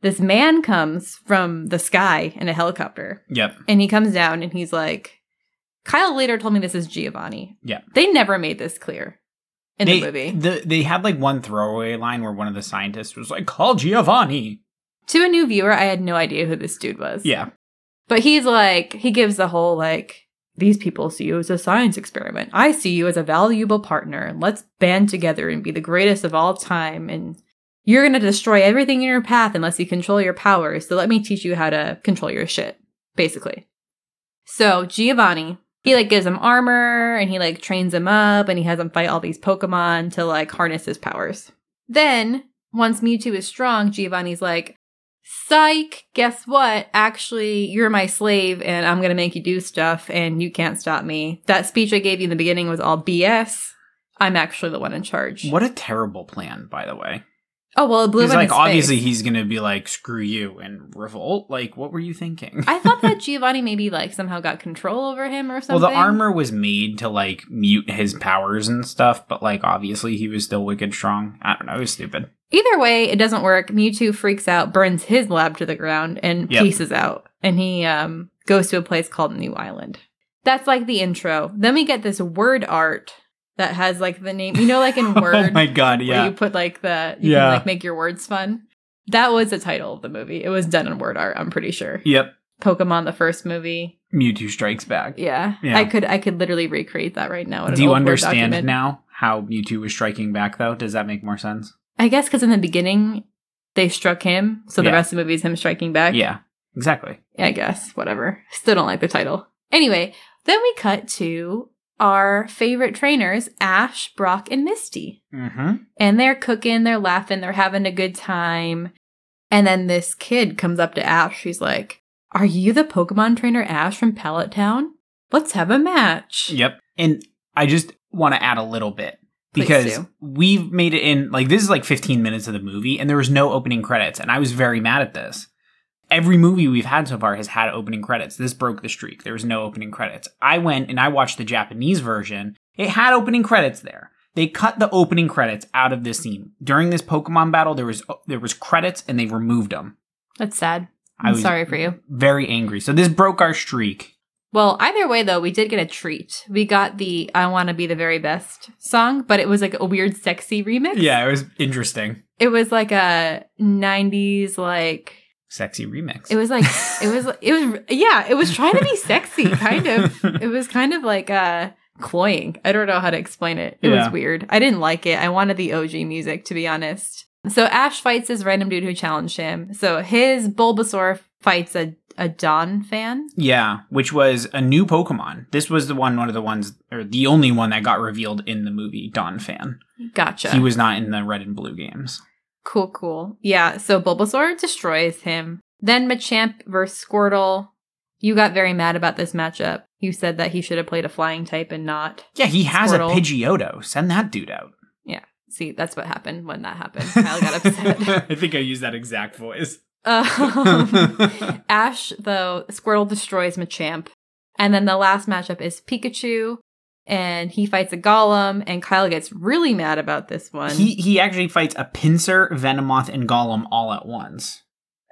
[SPEAKER 2] This man comes from the sky in a helicopter.
[SPEAKER 1] Yep.
[SPEAKER 2] And he comes down and he's like, Kyle later told me this is Giovanni.
[SPEAKER 1] Yeah.
[SPEAKER 2] They never made this clear in
[SPEAKER 1] they,
[SPEAKER 2] the movie.
[SPEAKER 1] the- they had like one throwaway line where one of the scientists was like, "Call Giovanni."
[SPEAKER 2] to a new viewer, I had no idea who this dude was.
[SPEAKER 1] Yeah,
[SPEAKER 2] But he's like, he gives the whole like, these people see you as a science experiment. I see you as a valuable partner. Let's band together and be the greatest of all time. And you're going to destroy everything in your path unless you control your powers. So let me teach you how to control your shit, basically. So Giovanni, he like gives him armor and he like trains him up and he has him fight all these Pokemon to like harness his powers. Then, once Mewtwo is strong, Giovanni's like, Psych, guess what? Actually, you're my slave and I'm going to make you do stuff and you can't stop me. That speech I gave you in the beginning was all BS. I'm actually the one in charge.
[SPEAKER 1] what a terrible plan, by the way.
[SPEAKER 2] Oh, well, it blew up
[SPEAKER 1] Because like
[SPEAKER 2] in his face.
[SPEAKER 1] obviously he's gonna be like, "Screw you" and revolt. Like, what were you thinking?
[SPEAKER 2] I thought that Giovanni maybe like somehow got control over him or something.
[SPEAKER 1] Well, the armor was made to like mute his powers and stuff, but like obviously he was still wicked strong. I don't know, it was stupid.
[SPEAKER 2] Either way, it doesn't work. Mewtwo freaks out, burns his lab to the ground, and
[SPEAKER 1] Yep.
[SPEAKER 2] pieces out. And he um, goes to a place called New Island. That's like the intro. Then we get this word art that has like the name, you know, like in Word.
[SPEAKER 1] oh my god,
[SPEAKER 2] where
[SPEAKER 1] yeah.
[SPEAKER 2] you put like the you
[SPEAKER 1] Yeah.
[SPEAKER 2] can like make your words fun. That was the title of the movie. It was done in word art, I'm pretty sure.
[SPEAKER 1] Yep.
[SPEAKER 2] Pokemon the first movie.
[SPEAKER 1] Mewtwo strikes back.
[SPEAKER 2] Yeah.
[SPEAKER 1] Yeah.
[SPEAKER 2] I could I could literally recreate that right now. in an
[SPEAKER 1] Do you
[SPEAKER 2] old Word
[SPEAKER 1] understand
[SPEAKER 2] document.
[SPEAKER 1] now how Mewtwo was striking back though? Does that make more sense?
[SPEAKER 2] I guess because in the beginning they struck him, so the
[SPEAKER 1] Yeah.
[SPEAKER 2] rest of the movie is him striking back.
[SPEAKER 1] Yeah. Exactly.
[SPEAKER 2] I guess. Whatever. Still don't like the title. Anyway, then we cut to our favorite trainers, Ash, Brock, and Misty.
[SPEAKER 1] Mm-hmm.
[SPEAKER 2] and they're cooking, they're laughing, they're having a good time. And then this kid comes up to Ash. She's like, Are you the Pokemon trainer Ash from Pallet Town? Let's have a match.
[SPEAKER 1] Yep. And I just want to add a little bit.
[SPEAKER 2] Please
[SPEAKER 1] Because
[SPEAKER 2] do.
[SPEAKER 1] we've made it in like this is like 15 minutes of the movie and there was no opening credits, and I was very mad at this. Every movie we've had so far has had opening credits. This broke the streak. There was no opening credits. I went and I watched the Japanese version. It had opening credits there. They cut the opening credits out of this scene. During this Pokemon battle, there was oh, there was credits and they removed them.
[SPEAKER 2] That's sad.
[SPEAKER 1] I
[SPEAKER 2] I'm
[SPEAKER 1] was-
[SPEAKER 2] sorry for you.
[SPEAKER 1] Very angry. So this broke our streak.
[SPEAKER 2] Well, either way, though, we did get a treat. We got the I Want to Be the Very Best song, but it was like a weird, sexy remix.
[SPEAKER 1] it was interesting.
[SPEAKER 2] It was like a 90s, like.
[SPEAKER 1] Sexy remix.
[SPEAKER 2] It was like it was it was yeah, it was trying to be sexy kind of. it was kind of like uh cloying. I don't know how to explain it. It
[SPEAKER 1] Yeah.
[SPEAKER 2] was weird. I didn't like it. I wanted the OG music to be honest. So Ash fights this random dude who challenged him. So his Bulbasaur fights a a Don fan.
[SPEAKER 1] Yeah, which was a new Pokemon. This was the one, one of the ones, or the only one that got revealed in the movie Don Fan.
[SPEAKER 2] Gotcha.
[SPEAKER 1] He was not in the Red and Blue games.
[SPEAKER 2] cool, cool. Yeah. So Bulbasaur destroys him. Then Machamp versus Squirtle. You got very mad about this matchup. You said that he should have played a flying type and not.
[SPEAKER 1] Yeah, he has
[SPEAKER 2] Squirtle.
[SPEAKER 1] a Pidgeotto. Send that dude out.
[SPEAKER 2] See, that's what happened when that happened. Kyle got upset.
[SPEAKER 1] I think I used that exact voice.
[SPEAKER 2] Um, Ash, though, Squirtle destroys Machamp. And then the last matchup is Pikachu and he fights a golem, and Kyle gets really mad about this one.
[SPEAKER 1] He he actually fights a pincer, Venomoth, and Gollum all at once.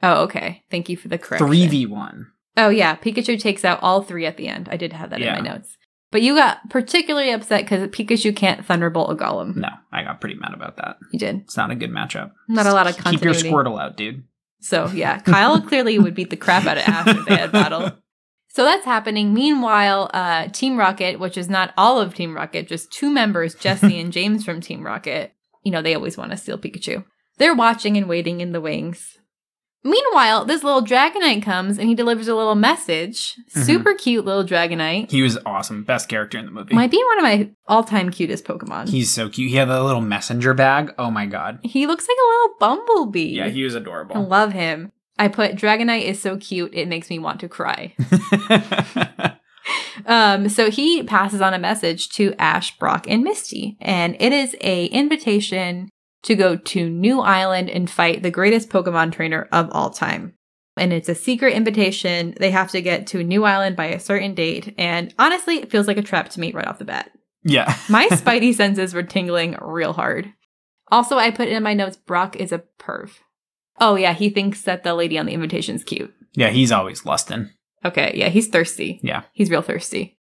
[SPEAKER 2] oh, okay. Thank you for the correction.
[SPEAKER 1] Three v one.
[SPEAKER 2] Oh yeah, Pikachu takes out all three at the end. I did have that
[SPEAKER 1] Yeah.
[SPEAKER 2] in my notes. But you got particularly upset because Pikachu can't Thunderbolt a Golem.
[SPEAKER 1] No, I got pretty mad about that.
[SPEAKER 2] You did
[SPEAKER 1] It's not a good matchup.
[SPEAKER 2] not a lot of
[SPEAKER 1] Keep your
[SPEAKER 2] continuity.
[SPEAKER 1] Squirtle out, dude.
[SPEAKER 2] so yeah, Kyle clearly would beat the crap out of Ash if they had battle. So that's happening. Meanwhile, uh, Team Rocket, which is not all of Team Rocket, just two members, Jesse and James from Team Rocket, you know, they always want to steal Pikachu. They're watching and waiting in the wings. Meanwhile, this little Dragonite comes and he delivers a little message.
[SPEAKER 1] Mhm.
[SPEAKER 2] Super cute little Dragonite.
[SPEAKER 1] He was awesome. Best character in the movie.
[SPEAKER 2] Might be one of my all time cutest Pokemon.
[SPEAKER 1] He's so cute. He had a little messenger bag. Oh my god.
[SPEAKER 2] he looks like a little bumblebee.
[SPEAKER 1] Yeah, he was
[SPEAKER 2] I
[SPEAKER 1] adorable.
[SPEAKER 2] love him. I put Dragonite is so cute, it makes me want to cry. Um, so he passes on a message to Ash, Brock, and Misty, and it is a invitation to go to New Island and fight the greatest Pokemon trainer of all time. And it's a secret invitation. They have to get to New Island by a certain date. And honestly, it feels like a trap to me right off the bat.
[SPEAKER 1] yeah.
[SPEAKER 2] My spidey senses were tingling real hard. Also, I put in my notes Brock is a perv. Oh, yeah, he thinks that the lady on the invitation's cute.
[SPEAKER 1] yeah, he's always lusting.
[SPEAKER 2] Okay, yeah, he's thirsty.
[SPEAKER 1] Yeah.
[SPEAKER 2] He's real thirsty.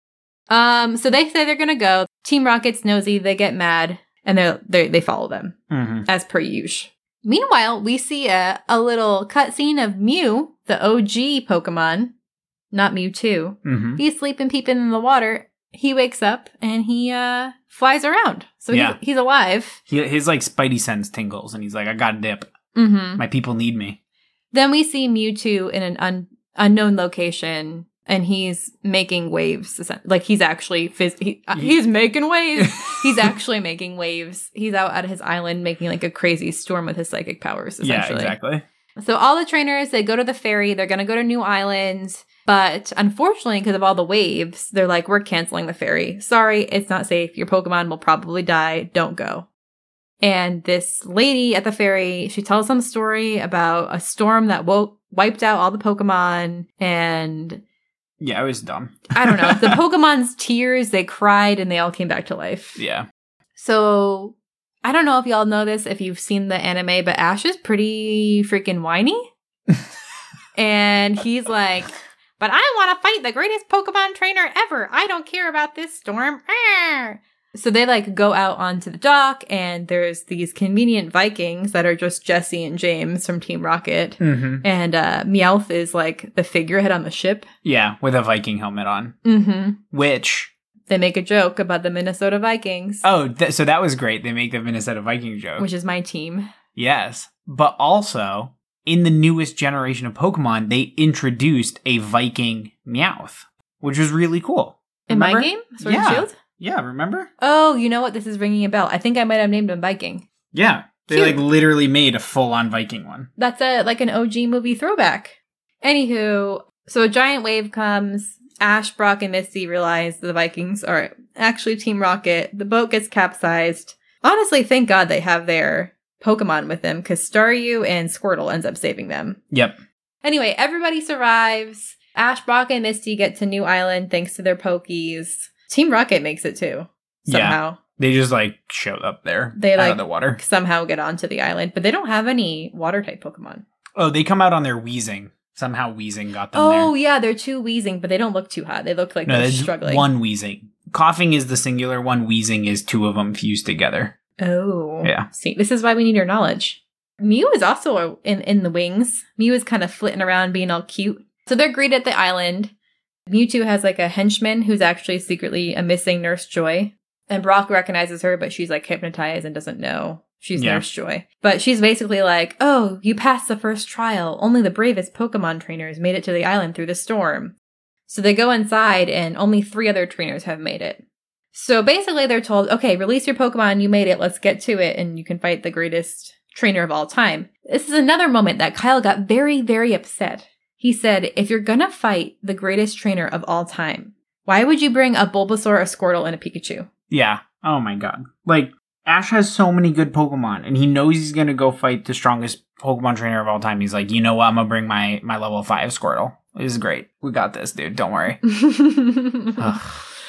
[SPEAKER 2] Um, so they say they're gonna go. Team Rocket's nosy, they get mad, and they they they follow them,
[SPEAKER 1] hmm
[SPEAKER 2] as per usual. Meanwhile, we see a, a little cutscene of Mew, the OG Pokemon, not Mewtwo.
[SPEAKER 1] hmm
[SPEAKER 2] He's sleeping peeping in the water. He wakes up and he uh flies around. So he's-
[SPEAKER 1] Yeah.
[SPEAKER 2] he's, alive.
[SPEAKER 1] He, his like spidey sense tingles, and he's like, "I got a dip.
[SPEAKER 2] Mm-hmm.
[SPEAKER 1] My people need me."
[SPEAKER 2] Then we see Mewtwo in an un- unknown location, and he's making waves. essen- Like he's actually phys- he, uh, he's making waves. he's actually making waves. He's out at his island making like a crazy storm with his psychic powers.
[SPEAKER 1] yeah,
[SPEAKER 2] Essentially.
[SPEAKER 1] exactly.
[SPEAKER 2] So all the trainers they go to the ferry. They're gonna go to New Island, but unfortunately, because of all the waves, they're like, we're canceling the ferry. Sorry, it's not safe. Your Pokemon will probably die. Don't go. And this lady at the ferry, she tells some story about a storm that woke wiped out all the Pokemon, and
[SPEAKER 1] Yeah, it was dumb.
[SPEAKER 2] I don't know the Pokemon's tears. They cried and they all came back to life.
[SPEAKER 1] Yeah,
[SPEAKER 2] So. I don't know if y'all know this if you've seen the anime, but Ash is pretty freaking whiny. and he's like, But I want to fight the greatest Pokemon trainer ever. I don't care about this storm. Arr!" So they like go out onto the dock, and there's these convenient Vikings that are just Jesse and James from Team Rocket.
[SPEAKER 1] hmm
[SPEAKER 2] And uh, Meowth is like the figurehead on the ship.
[SPEAKER 1] yeah, with a Viking helmet on.
[SPEAKER 2] Mm-hmm.
[SPEAKER 1] Which
[SPEAKER 2] They make a joke about the Minnesota Vikings,
[SPEAKER 1] oh, th- so that was great. They make the Minnesota Viking joke.
[SPEAKER 2] which is my team.
[SPEAKER 1] Yes, but also in the newest generation of Pokemon, they introduced a Viking Meowth, which was really cool.
[SPEAKER 2] In
[SPEAKER 1] remember?
[SPEAKER 2] my game, Sword
[SPEAKER 1] Yeah.
[SPEAKER 2] and Shield.
[SPEAKER 1] Yeah, remember?
[SPEAKER 2] Oh, you know what? This is ringing a bell. I think I might have named him Viking.
[SPEAKER 1] Yeah, they
[SPEAKER 2] Cute.
[SPEAKER 1] like literally made a full-on Viking one.
[SPEAKER 2] That's a like an OG movie throwback. Anywho, so a giant wave comes. Ash, Brock, and Misty realize the Vikings are actually Team Rocket. The boat gets capsized. Honestly, thank God they have their Pokemon with them because Staryu and Squirtle ends up saving them.
[SPEAKER 1] Yep.
[SPEAKER 2] Anyway, everybody survives. Ash, Brock, and Misty get to New Island thanks to their Pokies. Team Rocket makes it too.
[SPEAKER 1] Yeah,
[SPEAKER 2] Somehow.
[SPEAKER 1] they just like showed up there
[SPEAKER 2] They,
[SPEAKER 1] out of
[SPEAKER 2] like-
[SPEAKER 1] the water.
[SPEAKER 2] somehow get onto the island, but they don't have any water type Pokemon.
[SPEAKER 1] Oh, they come out on their wheezing. Somehow wheezing got them
[SPEAKER 2] Oh
[SPEAKER 1] there.
[SPEAKER 2] yeah, they're too wheezing, but they don't look too hot. They look like
[SPEAKER 1] No,
[SPEAKER 2] they're
[SPEAKER 1] there's
[SPEAKER 2] struggling.
[SPEAKER 1] one wheezing. Coughing is the singular one. Wheezing is two of them fused together.
[SPEAKER 2] Oh
[SPEAKER 1] Yeah.
[SPEAKER 2] See, this is why we need your knowledge. Mew is also in in the wings. Mew is kind of flitting around, being all cute. So they're greeted at the island. Mewtwo has like a henchman who's actually secretly a missing Nurse Joy, and Brock recognizes her, but she's like hypnotized and doesn't know she's
[SPEAKER 1] Yeah.
[SPEAKER 2] Nurse Joy. But she's basically like, "Oh, you passed the first trial. Only the bravest Pokemon trainers made it to the island through the storm." So they go inside, and only three other trainers have made it. So basically, they're told, okay, release your Pokemon. You made it. Let's get to it. And you can fight the greatest trainer of all time. This is another moment that Kyle got very, very upset. He said, if you're going to fight the greatest trainer of all time, why would you bring a Bulbasaur, a Squirtle, and a Pikachu?
[SPEAKER 1] Yeah. Oh my god. Like Ash has so many good Pokemon, and he knows he's gonna go fight the strongest Pokemon trainer of all time. He's like, you know what? I'm gonna bring my my level five Squirtle. This is great. We got this, dude. Don't worry. Ugh.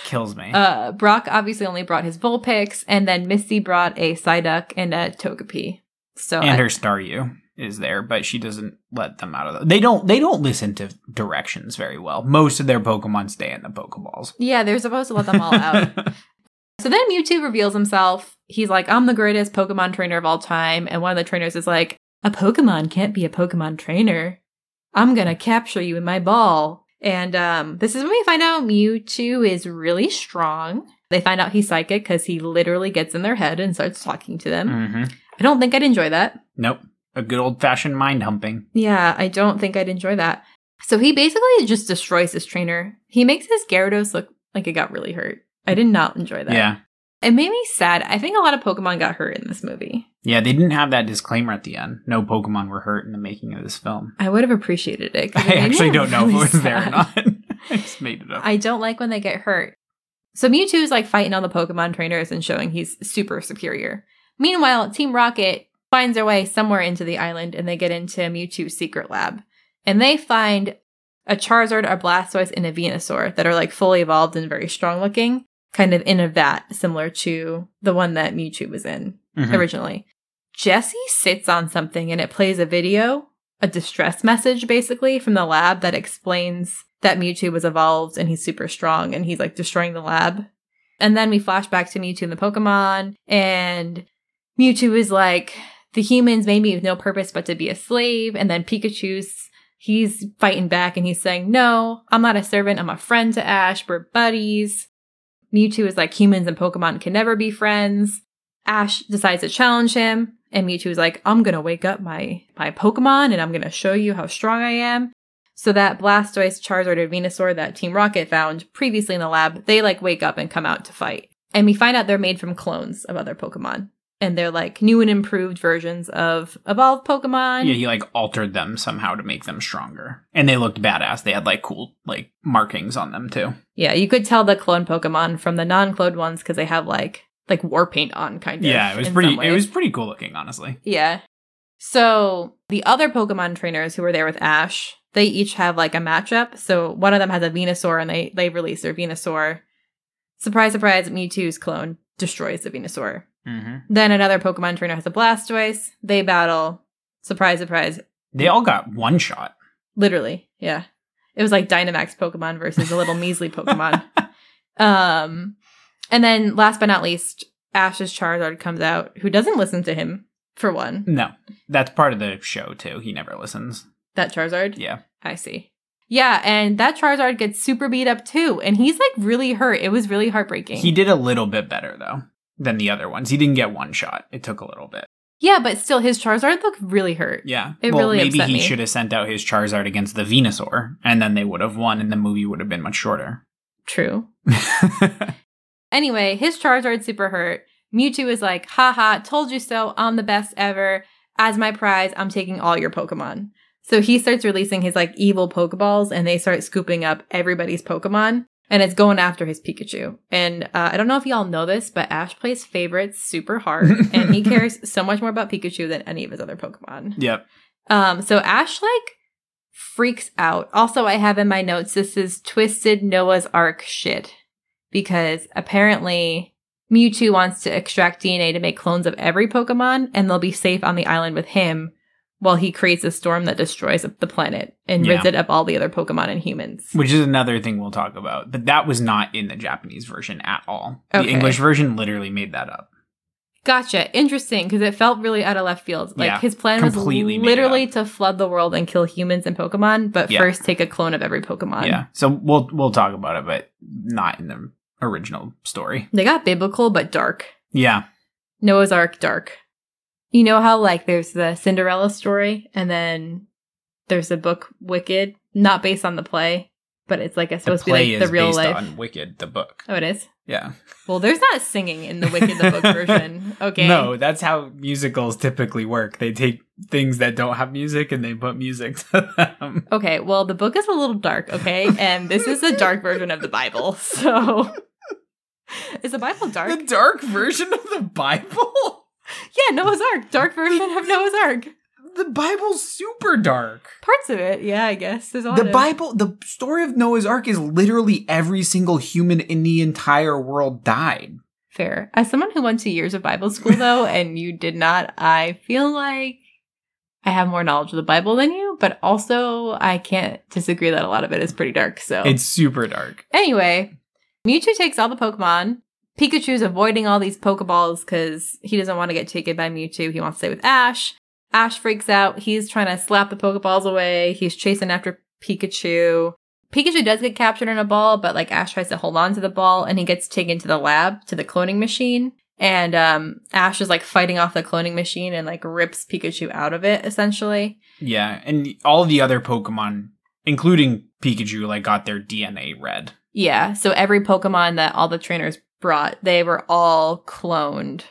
[SPEAKER 1] kills me.
[SPEAKER 2] Uh, Brock obviously only brought his Vulpix, and then Misty brought a Psyduck and a Togepi. So
[SPEAKER 1] and
[SPEAKER 2] Oh, I-
[SPEAKER 1] her Staryu is there, but she doesn't let them out of the. They don't. They don't listen to directions very well. Most of their Pokemon stay in the Pokeballs.
[SPEAKER 2] yeah, they're supposed to let them all out. So then Mewtwo reveals himself. He's like, I'm the greatest Pokemon trainer of all time. And one of the trainers is like, A Pokemon can't be a Pokemon trainer. I'm going to capture you in my ball. And um, this is when we find out Mewtwo is really strong. They find out he's psychic because he literally gets in their head and starts talking to them.
[SPEAKER 1] hmm
[SPEAKER 2] I don't think I'd enjoy that.
[SPEAKER 1] Nope. A good old fashioned mind humping.
[SPEAKER 2] Yeah, I don't think I'd enjoy that. So he basically just destroys his trainer. He makes his Gyarados look like it got really hurt. I did not enjoy that.
[SPEAKER 1] Yeah.
[SPEAKER 2] It made me sad. I think a lot of Pokemon got hurt in this movie.
[SPEAKER 1] Yeah, they didn't have that disclaimer at the end. No Pokemon were hurt in the making of this film.
[SPEAKER 2] I would have appreciated it. 'cause it
[SPEAKER 1] I
[SPEAKER 2] made me
[SPEAKER 1] actually don't know if it
[SPEAKER 2] really
[SPEAKER 1] was there or
[SPEAKER 2] sad.
[SPEAKER 1] not. I just made it up.
[SPEAKER 2] I don't like when they get hurt. So Mewtwo is like fighting all the Pokemon trainers and showing he's super superior. Meanwhile, Team Rocket finds their way somewhere into the island and they get into Mewtwo's secret lab. And they find a Charizard, a Blastoise, and a Venusaur that are like fully evolved and very strong looking, kind of in a vat similar to the one that Mewtwo was in
[SPEAKER 1] Mhm.
[SPEAKER 2] originally. Jesse sits on something and it plays a video, a distress message basically from the lab that explains that Mewtwo was evolved and he's super strong and he's like destroying the lab. And then we flash back to Mewtwo and the Pokemon, and Mewtwo is like, the humans made me with no purpose but to be a slave. And then Pikachu's, he's fighting back and he's saying, no, I'm not a servant. I'm a friend to Ash. We're buddies. Mewtwo is like, humans and Pokemon can never be friends. Ash decides to challenge him. And Mewtwo is like, I'm going to wake up my, my Pokemon and I'm going to show you how strong I am. So that Blastoise, Charizard, or Venusaur that Team Rocket found previously in the lab, they like wake up and come out to fight. And we find out they're made from clones of other Pokemon. And they're like new and improved versions of evolved Pokemon.
[SPEAKER 1] Yeah, he like altered them somehow to make them stronger. And they looked badass. They had like cool like markings on them too.
[SPEAKER 2] Yeah, you could tell the clone Pokemon from the non-cloned ones because they have like like war paint on, kind of.
[SPEAKER 1] Yeah, it was
[SPEAKER 2] in
[SPEAKER 1] pretty
[SPEAKER 2] some
[SPEAKER 1] it
[SPEAKER 2] ways.
[SPEAKER 1] was pretty cool looking, honestly.
[SPEAKER 2] Yeah. So the other Pokemon trainers who were there with Ash, they each have like a matchup. So one of them has a Venusaur, and they they release their Venusaur. Surprise, surprise! Mewtwo's clone destroys the Venusaur.
[SPEAKER 1] Mhm.
[SPEAKER 2] Then another Pokemon trainer has a Blastoise. They battle. Surprise, surprise!
[SPEAKER 1] They all got one shot.
[SPEAKER 2] Literally, yeah. It was like Dynamax Pokemon versus a little measly Pokemon. Um, and then last but not least, Ash's Charizard comes out, who doesn't listen to him for one.
[SPEAKER 1] No. That's part of the show too. He never listens.
[SPEAKER 2] That Charizard,
[SPEAKER 1] Yeah.
[SPEAKER 2] I see. Yeah, and that Charizard gets super beat up too, and he's like really hurt. It was really heartbreaking.
[SPEAKER 1] He did a little bit better though than the other ones. He didn't get one shot. It took a little bit.
[SPEAKER 2] yeah, but still, his Charizard looked really hurt.
[SPEAKER 1] Yeah.
[SPEAKER 2] It
[SPEAKER 1] well,
[SPEAKER 2] really
[SPEAKER 1] maybe
[SPEAKER 2] upset
[SPEAKER 1] he
[SPEAKER 2] me.
[SPEAKER 1] should have sent out his Charizard against the Venusaur, and then they would have won, and the movie would have been much shorter.
[SPEAKER 2] True. Anyway, his Charizard's super hurt. Mewtwo is like, haha, told you so. I'm the best ever. As my prize, I'm taking all your Pokemon. So he starts releasing his like evil Pokeballs and they start scooping up everybody's Pokemon and it's going after his Pikachu. And uh, I don't know if y'all know this, but Ash plays favorites super hard and he cares so much more about Pikachu than any of his other Pokemon.
[SPEAKER 1] yep.
[SPEAKER 2] Um, so Ash like freaks out. Also, I have in my notes this is twisted Noah's Ark shit because apparently Mewtwo wants to extract DNA to make clones of every Pokemon, and they'll be safe on the island with him while he creates a storm that destroys the planet and rids
[SPEAKER 1] Yeah.
[SPEAKER 2] it of all the other Pokemon and humans.
[SPEAKER 1] Which is another thing we'll talk about, but that was not in the Japanese version at all.
[SPEAKER 2] Okay.
[SPEAKER 1] The English version literally made that up.
[SPEAKER 2] Gotcha. Interesting, because it felt really out of left field. Like
[SPEAKER 1] Yeah.
[SPEAKER 2] his plan was
[SPEAKER 1] Completely made it
[SPEAKER 2] literally
[SPEAKER 1] up.
[SPEAKER 2] to flood the world and kill humans and Pokemon, but
[SPEAKER 1] Yeah.
[SPEAKER 2] first take a clone of every Pokemon.
[SPEAKER 1] Yeah. So we'll we'll talk about it, but not in the original story.
[SPEAKER 2] They got biblical but dark.
[SPEAKER 1] Yeah.
[SPEAKER 2] Noah's Ark dark. You know how like there's the Cinderella story and then there's the book Wicked, not based on the play, but it's like it's
[SPEAKER 1] The
[SPEAKER 2] supposed to be
[SPEAKER 1] play
[SPEAKER 2] like the
[SPEAKER 1] is
[SPEAKER 2] real
[SPEAKER 1] based
[SPEAKER 2] life.
[SPEAKER 1] on Wicked, the book.
[SPEAKER 2] oh, it is.
[SPEAKER 1] Yeah.
[SPEAKER 2] Well, there's not singing in the Wicked the book version. Okay.
[SPEAKER 1] No, that's how musicals typically work. They take things that don't have music and they put music to them.
[SPEAKER 2] Okay, well, the book is a little dark, okay? And this is a dark version of the Bible. So Is the Bible dark?
[SPEAKER 1] The dark version of the Bible?
[SPEAKER 2] Yeah, Noah's Ark, dark version of Noah's Ark.
[SPEAKER 1] the Bible's super dark.
[SPEAKER 2] Parts of it, yeah, I guess. There's a lot
[SPEAKER 1] The
[SPEAKER 2] of-
[SPEAKER 1] Bible, the story of Noah's Ark is literally every single human in the entire world died.
[SPEAKER 2] Fair. As someone who went to years of Bible school, though, and you did not, I feel like I have more knowledge of the Bible than you, but also I can't disagree that a lot of it is pretty dark. So,
[SPEAKER 1] It's super dark.
[SPEAKER 2] anyway, Mewtwo takes all the Pokemon. Pikachu's avoiding all these Pokeballs because he doesn't want to get taken by Mewtwo. He wants to stay with Ash. Ash freaks out. He's trying to slap the Pokeballs away. He's chasing after Pikachu. Pikachu does get captured in a ball, but like Ash tries to hold on to the ball and he gets taken to the lab to the cloning machine. And um, Ash is like fighting off the cloning machine and like rips Pikachu out of it essentially.
[SPEAKER 1] Yeah, and all the other Pokemon, including Pikachu, like got their DNA read.
[SPEAKER 2] Yeah, so every Pokemon that all the trainers brought, they were all cloned.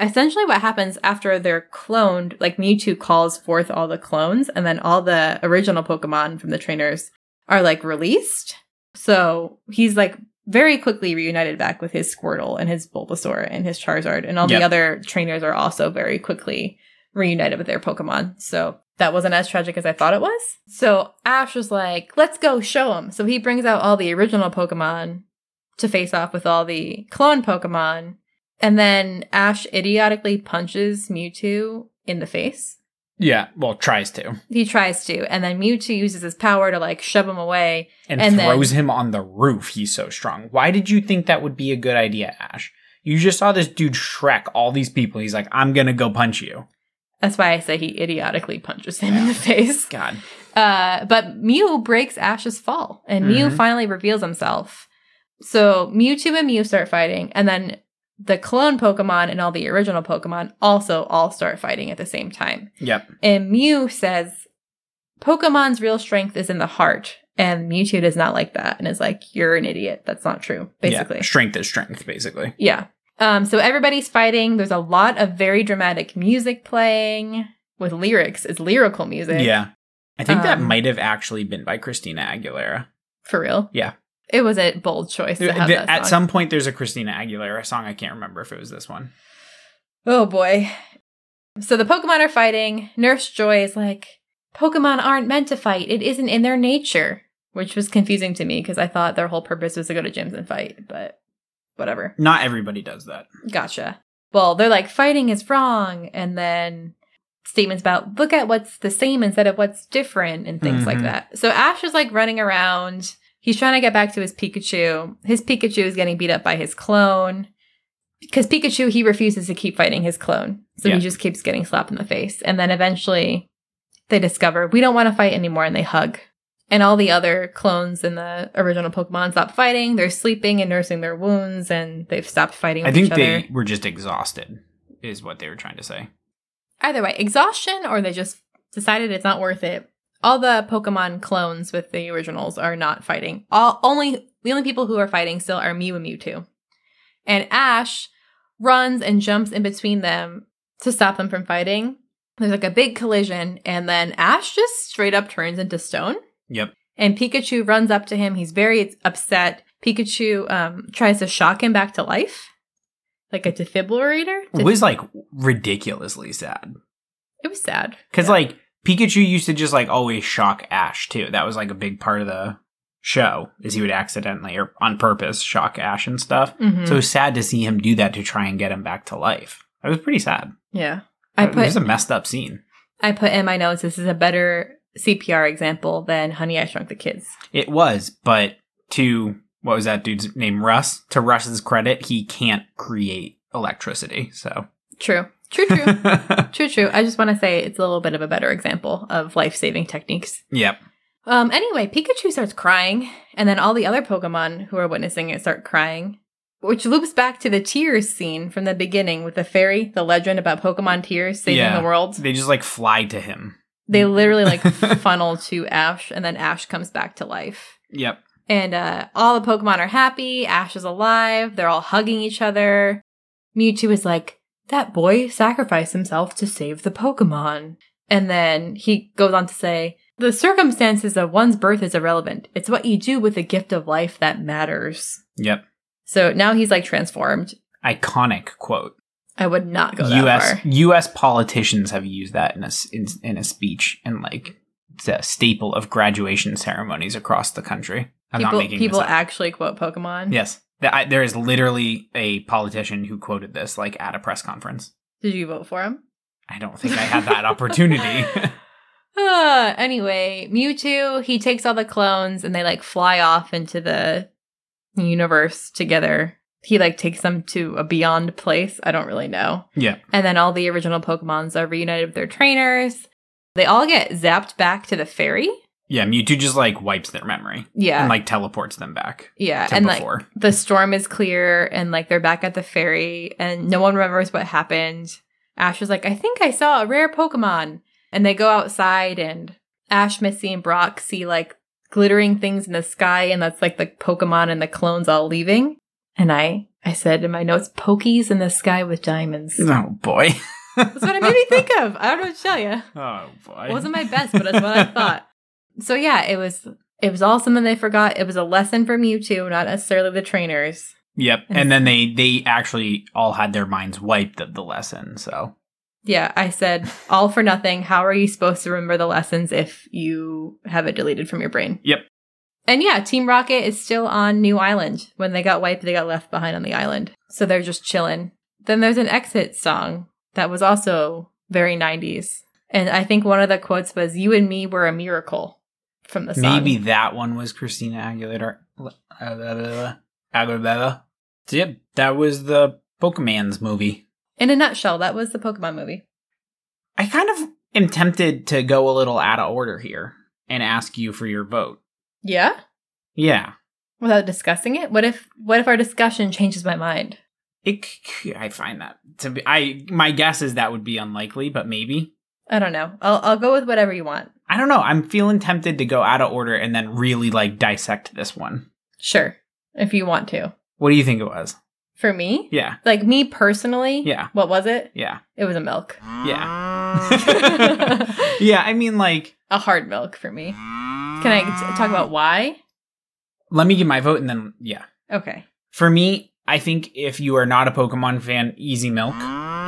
[SPEAKER 2] Essentially, what happens after they're cloned, like Mewtwo calls forth all the clones, and then all the original Pokemon from the trainers are like released. So he's like very quickly reunited back with his Squirtle and his Bulbasaur and his Charizard, and all
[SPEAKER 1] Yep.
[SPEAKER 2] the other trainers are also very quickly reunited with their Pokemon. So that wasn't as tragic as I thought it was. So Ash was like, let's go show him. So he brings out all the original Pokemon to face off with all the clone Pokemon. And then Ash idiotically punches Mewtwo in the face.
[SPEAKER 1] Yeah, well, tries to
[SPEAKER 2] He tries to, and then Mewtwo uses his power to like shove him away.
[SPEAKER 1] and,
[SPEAKER 2] And then-
[SPEAKER 1] throws him on the roof. He's so strong. Why did you think that would be a good idea, Ash? You just saw this dude Shrek all these people. He's like, I'm gonna go punch you.
[SPEAKER 2] That's why I say he idiotically punches him in
[SPEAKER 1] Yeah.
[SPEAKER 2] the face.
[SPEAKER 1] God.
[SPEAKER 2] Uh, but Mew breaks Ash's fall, and Mew
[SPEAKER 1] Mhm.
[SPEAKER 2] finally reveals himself. So Mewtwo and Mew start fighting, and then the clone Pokemon and all the original Pokemon also all start fighting at the same time.
[SPEAKER 1] Yep.
[SPEAKER 2] And Mew says, Pokemon's real strength is in the heart. And Mewtwo does not like that and is like, You're an idiot. That's not true, basically.
[SPEAKER 1] Yeah, strength is strength, basically.
[SPEAKER 2] Yeah. Um, so everybody's fighting. There's a lot of very dramatic music playing with lyrics. It's lyrical music.
[SPEAKER 1] Yeah. I think that
[SPEAKER 2] Um,
[SPEAKER 1] might have actually been by Christina Aguilera.
[SPEAKER 2] For real.
[SPEAKER 1] Yeah.
[SPEAKER 2] It was a bold choice to have
[SPEAKER 1] Th-
[SPEAKER 2] that
[SPEAKER 1] At
[SPEAKER 2] song.
[SPEAKER 1] some point, there's a Christina Aguilera song. I can't remember if it was this one.
[SPEAKER 2] Oh boy. So the Pokemon are fighting. Nurse Joy is like, Pokemon aren't meant to fight. It isn't in their nature. Which was confusing to me because I thought their whole purpose was to go to gyms and fight, but whatever.
[SPEAKER 1] Not everybody does that.
[SPEAKER 2] Gotcha. Well, they're like, fighting is wrong. And then statements about, look at what's the same instead of what's different and things like
[SPEAKER 1] Mhm.
[SPEAKER 2] that. So Ash is like running around. He's trying to get back to his Pikachu. His Pikachu is getting beat up by his clone. Because Pikachu, he refuses to keep fighting his clone. So
[SPEAKER 1] Yeah.
[SPEAKER 2] he just keeps getting slapped in the face. And then eventually they discover, we don't want to fight anymore. And they hug. And all the other clones in the original Pokemon stop fighting. They're sleeping and nursing their wounds. And they've stopped fighting.
[SPEAKER 1] I
[SPEAKER 2] with
[SPEAKER 1] think
[SPEAKER 2] each other.
[SPEAKER 1] they were just exhausted, is what they were trying to say.
[SPEAKER 2] either way, exhaustion or they just decided it's not worth it. All the Pokemon clones with the originals are not fighting. All only the only people who are fighting still are Mew and Mewtwo. And Ash runs and jumps in between them to stop them from fighting. There's like a big collision, and then Ash just straight up turns into stone.
[SPEAKER 1] Yep.
[SPEAKER 2] And Pikachu runs up to him. He's very upset. Pikachu um, tries to shock him back to life, like a defibrillator.
[SPEAKER 1] It was like ridiculously sad.
[SPEAKER 2] It was sad.
[SPEAKER 1] Because
[SPEAKER 2] Yeah.
[SPEAKER 1] like Pikachu used to just like always shock Ash too. That was like a big part of the show, is he would accidentally or on purpose shock Ash and stuff.
[SPEAKER 2] Mhm.
[SPEAKER 1] So it was sad to see him do that to try and get him back to life. That was pretty sad.
[SPEAKER 2] Yeah. I
[SPEAKER 1] it was
[SPEAKER 2] put
[SPEAKER 1] a messed up scene.
[SPEAKER 2] I put in my notes this is a better CPR example than Honey I Shrunk the Kids.
[SPEAKER 1] It was, but to what was that dude's name? Russ. To Russ's credit, he can't create electricity. So
[SPEAKER 2] True. True true. true true. I just want to say it's a little bit of a better example of life-saving techniques.
[SPEAKER 1] yep.
[SPEAKER 2] Um anyway, Pikachu starts crying and then all the other Pokemon who are witnessing it start crying. Which loops back to the tears scene from the beginning with the fairy, the legend about Pokemon tears saving
[SPEAKER 1] Yeah.
[SPEAKER 2] the world.
[SPEAKER 1] They just like fly to him.
[SPEAKER 2] They literally like funnel to Ash and then Ash comes back to life.
[SPEAKER 1] Yep.
[SPEAKER 2] And uh, all the Pokemon are happy. Ash is alive. They're all hugging each other. Mewtwo is like, that boy sacrificed himself to save the Pokemon. And then he goes on to say, the circumstances of one's birth is irrelevant. It's what you do with the gift of life that matters.
[SPEAKER 1] Yep.
[SPEAKER 2] So now he's like transformed.
[SPEAKER 1] Iconic quote.
[SPEAKER 2] I would not go that
[SPEAKER 1] U.S.
[SPEAKER 2] far.
[SPEAKER 1] U.S. politicians have used that in a s- in, in a speech and like it's a staple of graduation ceremonies across the country. I'm
[SPEAKER 2] people
[SPEAKER 1] not making
[SPEAKER 2] people
[SPEAKER 1] this up.
[SPEAKER 2] actually quote Pokemon.
[SPEAKER 1] yes, Th- I- there is literally a politician who quoted this like at a press conference.
[SPEAKER 2] Did you vote for him?
[SPEAKER 1] I don't think I had that opportunity.
[SPEAKER 2] Uh, anyway, Mewtwo, he takes all the clones and they like fly off into the universe together. He like takes them to a beyond place. I don't really know.
[SPEAKER 1] yeah,
[SPEAKER 2] And then all the original Pokemons are reunited with their trainers. They all get zapped back to the ferry.
[SPEAKER 1] yeah. Mewtwo just like wipes their memory
[SPEAKER 2] Yeah.
[SPEAKER 1] and like teleports them back
[SPEAKER 2] yeah.
[SPEAKER 1] to
[SPEAKER 2] And like
[SPEAKER 1] before.
[SPEAKER 2] the storm is clear and like they're back at the ferry and no one remembers what happened. Ash was like, I think I saw a rare Pokemon. And they go outside and Ash, Missy, and Brock see like glittering things in the sky and that's like the Pokemon and the clones all leaving. And I I said in my notes, Pokies in the sky with diamonds.
[SPEAKER 1] oh boy,
[SPEAKER 2] That's what it made me think of. I don't know what to tell you.
[SPEAKER 1] oh boy,
[SPEAKER 2] It wasn't my best, but that's what I thought. So yeah, it was it was all something they forgot. It was a lesson from you two, not necessarily the trainers.
[SPEAKER 1] Yep.
[SPEAKER 2] And
[SPEAKER 1] And then they they actually all had their minds wiped of the lesson. So
[SPEAKER 2] Yeah, I said all for nothing. How are you supposed to remember the lessons if you have it deleted from your brain?
[SPEAKER 1] Yep.
[SPEAKER 2] And yeah, Team Rocket is still on New Island. When they got wiped, they got left behind on the island. So they're just chilling. Then there's an exit song that was also very 90s. And I think one of the quotes was, You and me were a miracle from the song.
[SPEAKER 1] maybe that one was Christina Aguilera. Aguilera. Aguilera. So, yep, that was the Pokemon's movie.
[SPEAKER 2] In a nutshell, that was the Pokemon movie.
[SPEAKER 1] I kind of am tempted to go a little out of order here and ask you for your vote.
[SPEAKER 2] Yeah?
[SPEAKER 1] Yeah.
[SPEAKER 2] Without discussing it? What if what if our discussion changes my mind?
[SPEAKER 1] It, c- I find that to be I my guess is that would be unlikely, but maybe.
[SPEAKER 2] I don't know. I'll I'll go with whatever you want.
[SPEAKER 1] I don't know. I'm feeling tempted to go out of order and then really like dissect this one.
[SPEAKER 2] Sure, if you want to.
[SPEAKER 1] What do you think it was?
[SPEAKER 2] For me,
[SPEAKER 1] Yeah.
[SPEAKER 2] like me personally,
[SPEAKER 1] Yeah.
[SPEAKER 2] What was it?
[SPEAKER 1] Yeah.
[SPEAKER 2] It was a milk,
[SPEAKER 1] Yeah. yeah, I mean, like,
[SPEAKER 2] a hard milk for me. Can I t- talk about why?
[SPEAKER 1] let me get my vote and then, yeah.
[SPEAKER 2] Okay,
[SPEAKER 1] For me, I think if you are not a Pokemon fan, easy milk.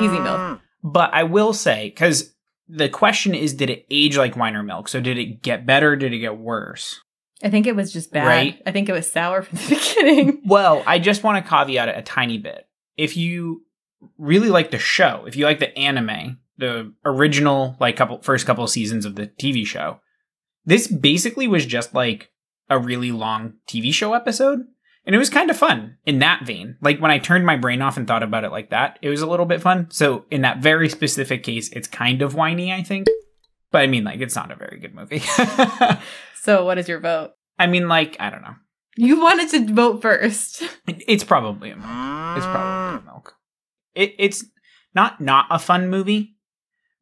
[SPEAKER 2] easy milk.
[SPEAKER 1] But I will say, because the question is, did it age like wine or milk? So did it get better? Did it get worse?
[SPEAKER 2] I think it was just bad.
[SPEAKER 1] Right.
[SPEAKER 2] I think it was sour from the beginning.
[SPEAKER 1] Well, I just want to caveat it a tiny bit. If you really like the show, if you like the anime, the original like couple first couple seasons of the TV show, this basically was just like a really long TV show episode. And it was kind of fun in that vein. Like when I turned my brain off and thought about it like that, it was a little bit fun. So in that very specific case, it's kind of whiny, I think. But I mean, like, it's not a very good movie. I
[SPEAKER 2] So, what is your vote?
[SPEAKER 1] mean, like, I don't know.
[SPEAKER 2] You wanted to vote first.
[SPEAKER 1] It- It's probably a milk. It's probably a milk. It, it's not not a fun movie,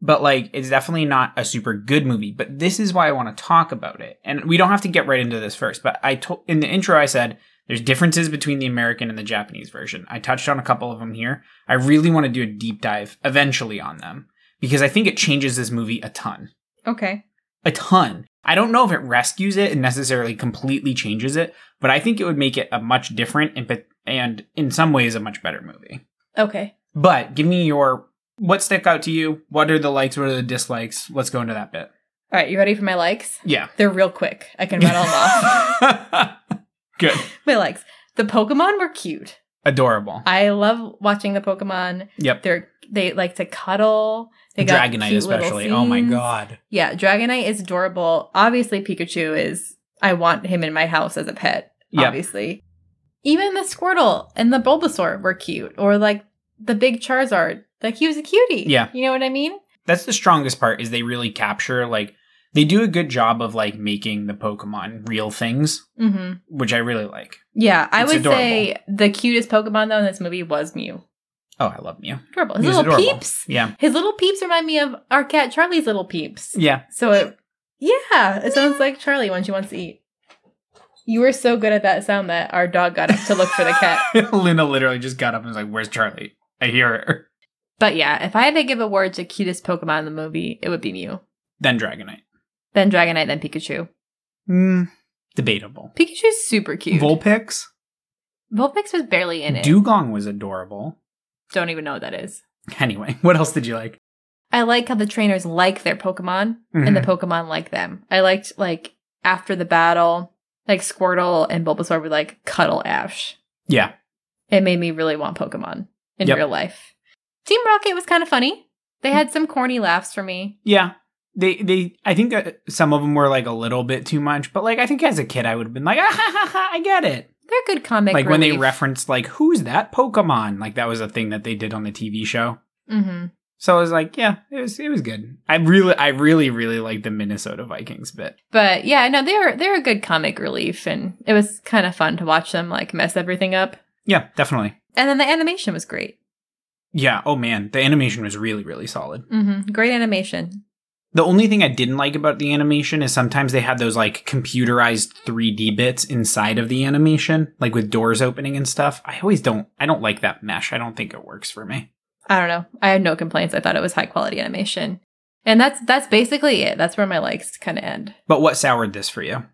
[SPEAKER 1] but like it's definitely not a super good movie. But this is why I want to talk about it, and we don't have to get right into this first. But I told in the intro I said there's differences between the American and the Japanese version. I touched on a couple of them here. I really want to do a deep dive eventually on them because I think it changes this movie a ton
[SPEAKER 2] Okay.
[SPEAKER 1] a ton. I don't know if it rescues it and necessarily completely changes it, but I think it would make it a much different and but- and in some ways a much better movie.
[SPEAKER 2] Okay.
[SPEAKER 1] But give me your what stuck out to you? What are the likes? What are the dislikes? Let's go into that bit.
[SPEAKER 2] All right. You ready for my likes?
[SPEAKER 1] Yeah.
[SPEAKER 2] They're real quick. I can rattle them off.
[SPEAKER 1] Good.
[SPEAKER 2] My likes. The Pokemon were cute.
[SPEAKER 1] Adorable.
[SPEAKER 2] I love watching the Pokemon.
[SPEAKER 1] Yep.
[SPEAKER 2] They're they like to cuddle. They got
[SPEAKER 1] Dragonite
[SPEAKER 2] cute little
[SPEAKER 1] especially. Oh my
[SPEAKER 2] scenes.
[SPEAKER 1] god.
[SPEAKER 2] Yeah, Dragonite is adorable. Obviously, Pikachu is. I want him in my house as a pet.
[SPEAKER 1] Yep.
[SPEAKER 2] Obviously, even the Squirtle and the Bulbasaur were cute, or like the big Charizard. Like he was a cutie.
[SPEAKER 1] Yeah.
[SPEAKER 2] you know what I mean.
[SPEAKER 1] That's the strongest part is they really capture like they do a good job of like making the Pokemon real things,
[SPEAKER 2] Mm-hmm.
[SPEAKER 1] which I really like.
[SPEAKER 2] Yeah, I
[SPEAKER 1] It's
[SPEAKER 2] would say the cutest Pokemon though in this movie was Mew.
[SPEAKER 1] Oh, I love Mew.
[SPEAKER 2] Adorable. His
[SPEAKER 1] Mew's
[SPEAKER 2] little
[SPEAKER 1] adorable.
[SPEAKER 2] peeps.
[SPEAKER 1] Yeah.
[SPEAKER 2] His little peeps remind me of our cat Charlie's little peeps.
[SPEAKER 1] Yeah.
[SPEAKER 2] So it, yeah, it sounds like Charlie when she wants to eat. You were so good at that sound that our dog got up to look for the cat.
[SPEAKER 1] Luna literally just got up and was like, "Where's Charlie?" I hear her.
[SPEAKER 2] But yeah, if I had to give award to cutest Pokemon in the movie, it would be Mew,
[SPEAKER 1] Then Dragonite.
[SPEAKER 2] then Dragonite, then Pikachu.
[SPEAKER 1] Hmm. Debatable.
[SPEAKER 2] Pikachu's super cute.
[SPEAKER 1] Vulpix.
[SPEAKER 2] Vulpix was barely in it.
[SPEAKER 1] Dugong was adorable.
[SPEAKER 2] Don't even know what that is.
[SPEAKER 1] Anyway, what else did you like? Mm-hmm.
[SPEAKER 2] I like how the trainers like their Pokemon and the Pokemon like them. I liked like after the battle, like Squirtle and Bulbasaur would like cuddle Ash.
[SPEAKER 1] Yeah.
[SPEAKER 2] It made me really want Pokemon in
[SPEAKER 1] Yep.
[SPEAKER 2] real life. Team Rocket was kind of funny. They had some corny laughs for me.
[SPEAKER 1] Yeah. They they I think that some of them were like a little bit too much, but like I think as a kid I would have been like, ah, ha, ha, ha, I get it.
[SPEAKER 2] They're good comic.
[SPEAKER 1] like when they
[SPEAKER 2] relief.
[SPEAKER 1] referenced like who's that Pokemon? Like that was a thing that they did on the TV show.
[SPEAKER 2] Mhm.
[SPEAKER 1] So I was like, yeah, it was it was good. I really I really really liked the Minnesota Vikings bit.
[SPEAKER 2] But yeah, no, they're they're a good comic relief, and it was kind of fun to watch them like mess everything up.
[SPEAKER 1] Yeah, definitely.
[SPEAKER 2] And then the animation was great.
[SPEAKER 1] Yeah, oh man, the animation was really really solid.
[SPEAKER 2] hmm Great animation.
[SPEAKER 1] The only thing I didn't like about the animation is sometimes they had those like computerized 3D bits inside of the animation, like with doors opening and stuff. I always don't I don't like that mesh. I don't think it works for me.
[SPEAKER 2] I don't know. I had no complaints. I thought it was high quality animation, and that's that's basically it. That's where my likes kind of end.
[SPEAKER 1] But what soured this for you?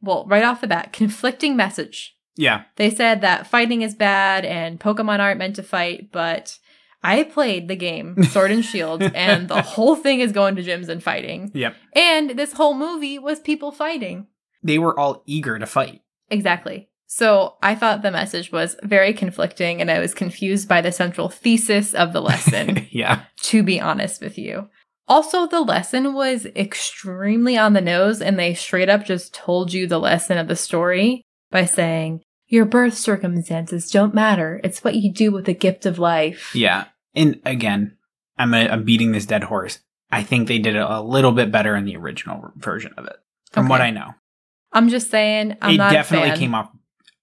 [SPEAKER 2] Well, right off the bat, conflicting message.
[SPEAKER 1] Yeah.
[SPEAKER 2] They said that fighting is bad and Pokemon aren't meant to fight, but I played the game Sword and Shield, and the whole thing is going to gyms and fighting.
[SPEAKER 1] Yep.
[SPEAKER 2] And this whole movie was people fighting.
[SPEAKER 1] They were all eager to fight.
[SPEAKER 2] Exactly. So I thought the message was very conflicting, and I was confused by the central thesis of the lesson,
[SPEAKER 1] yeah.
[SPEAKER 2] to be honest with you. Also, the lesson was extremely on the nose, and they straight up just told you the lesson of the story by saying, Your birth circumstances don't matter. It's what you do with the gift of life.
[SPEAKER 1] Yeah. And again, I'm i I'm beating this dead horse. I think they did it a little bit better in the original version of it. From what
[SPEAKER 2] Okay.
[SPEAKER 1] I know.
[SPEAKER 2] I'm just saying, I'm
[SPEAKER 1] it
[SPEAKER 2] not
[SPEAKER 1] definitely
[SPEAKER 2] a fan.
[SPEAKER 1] came off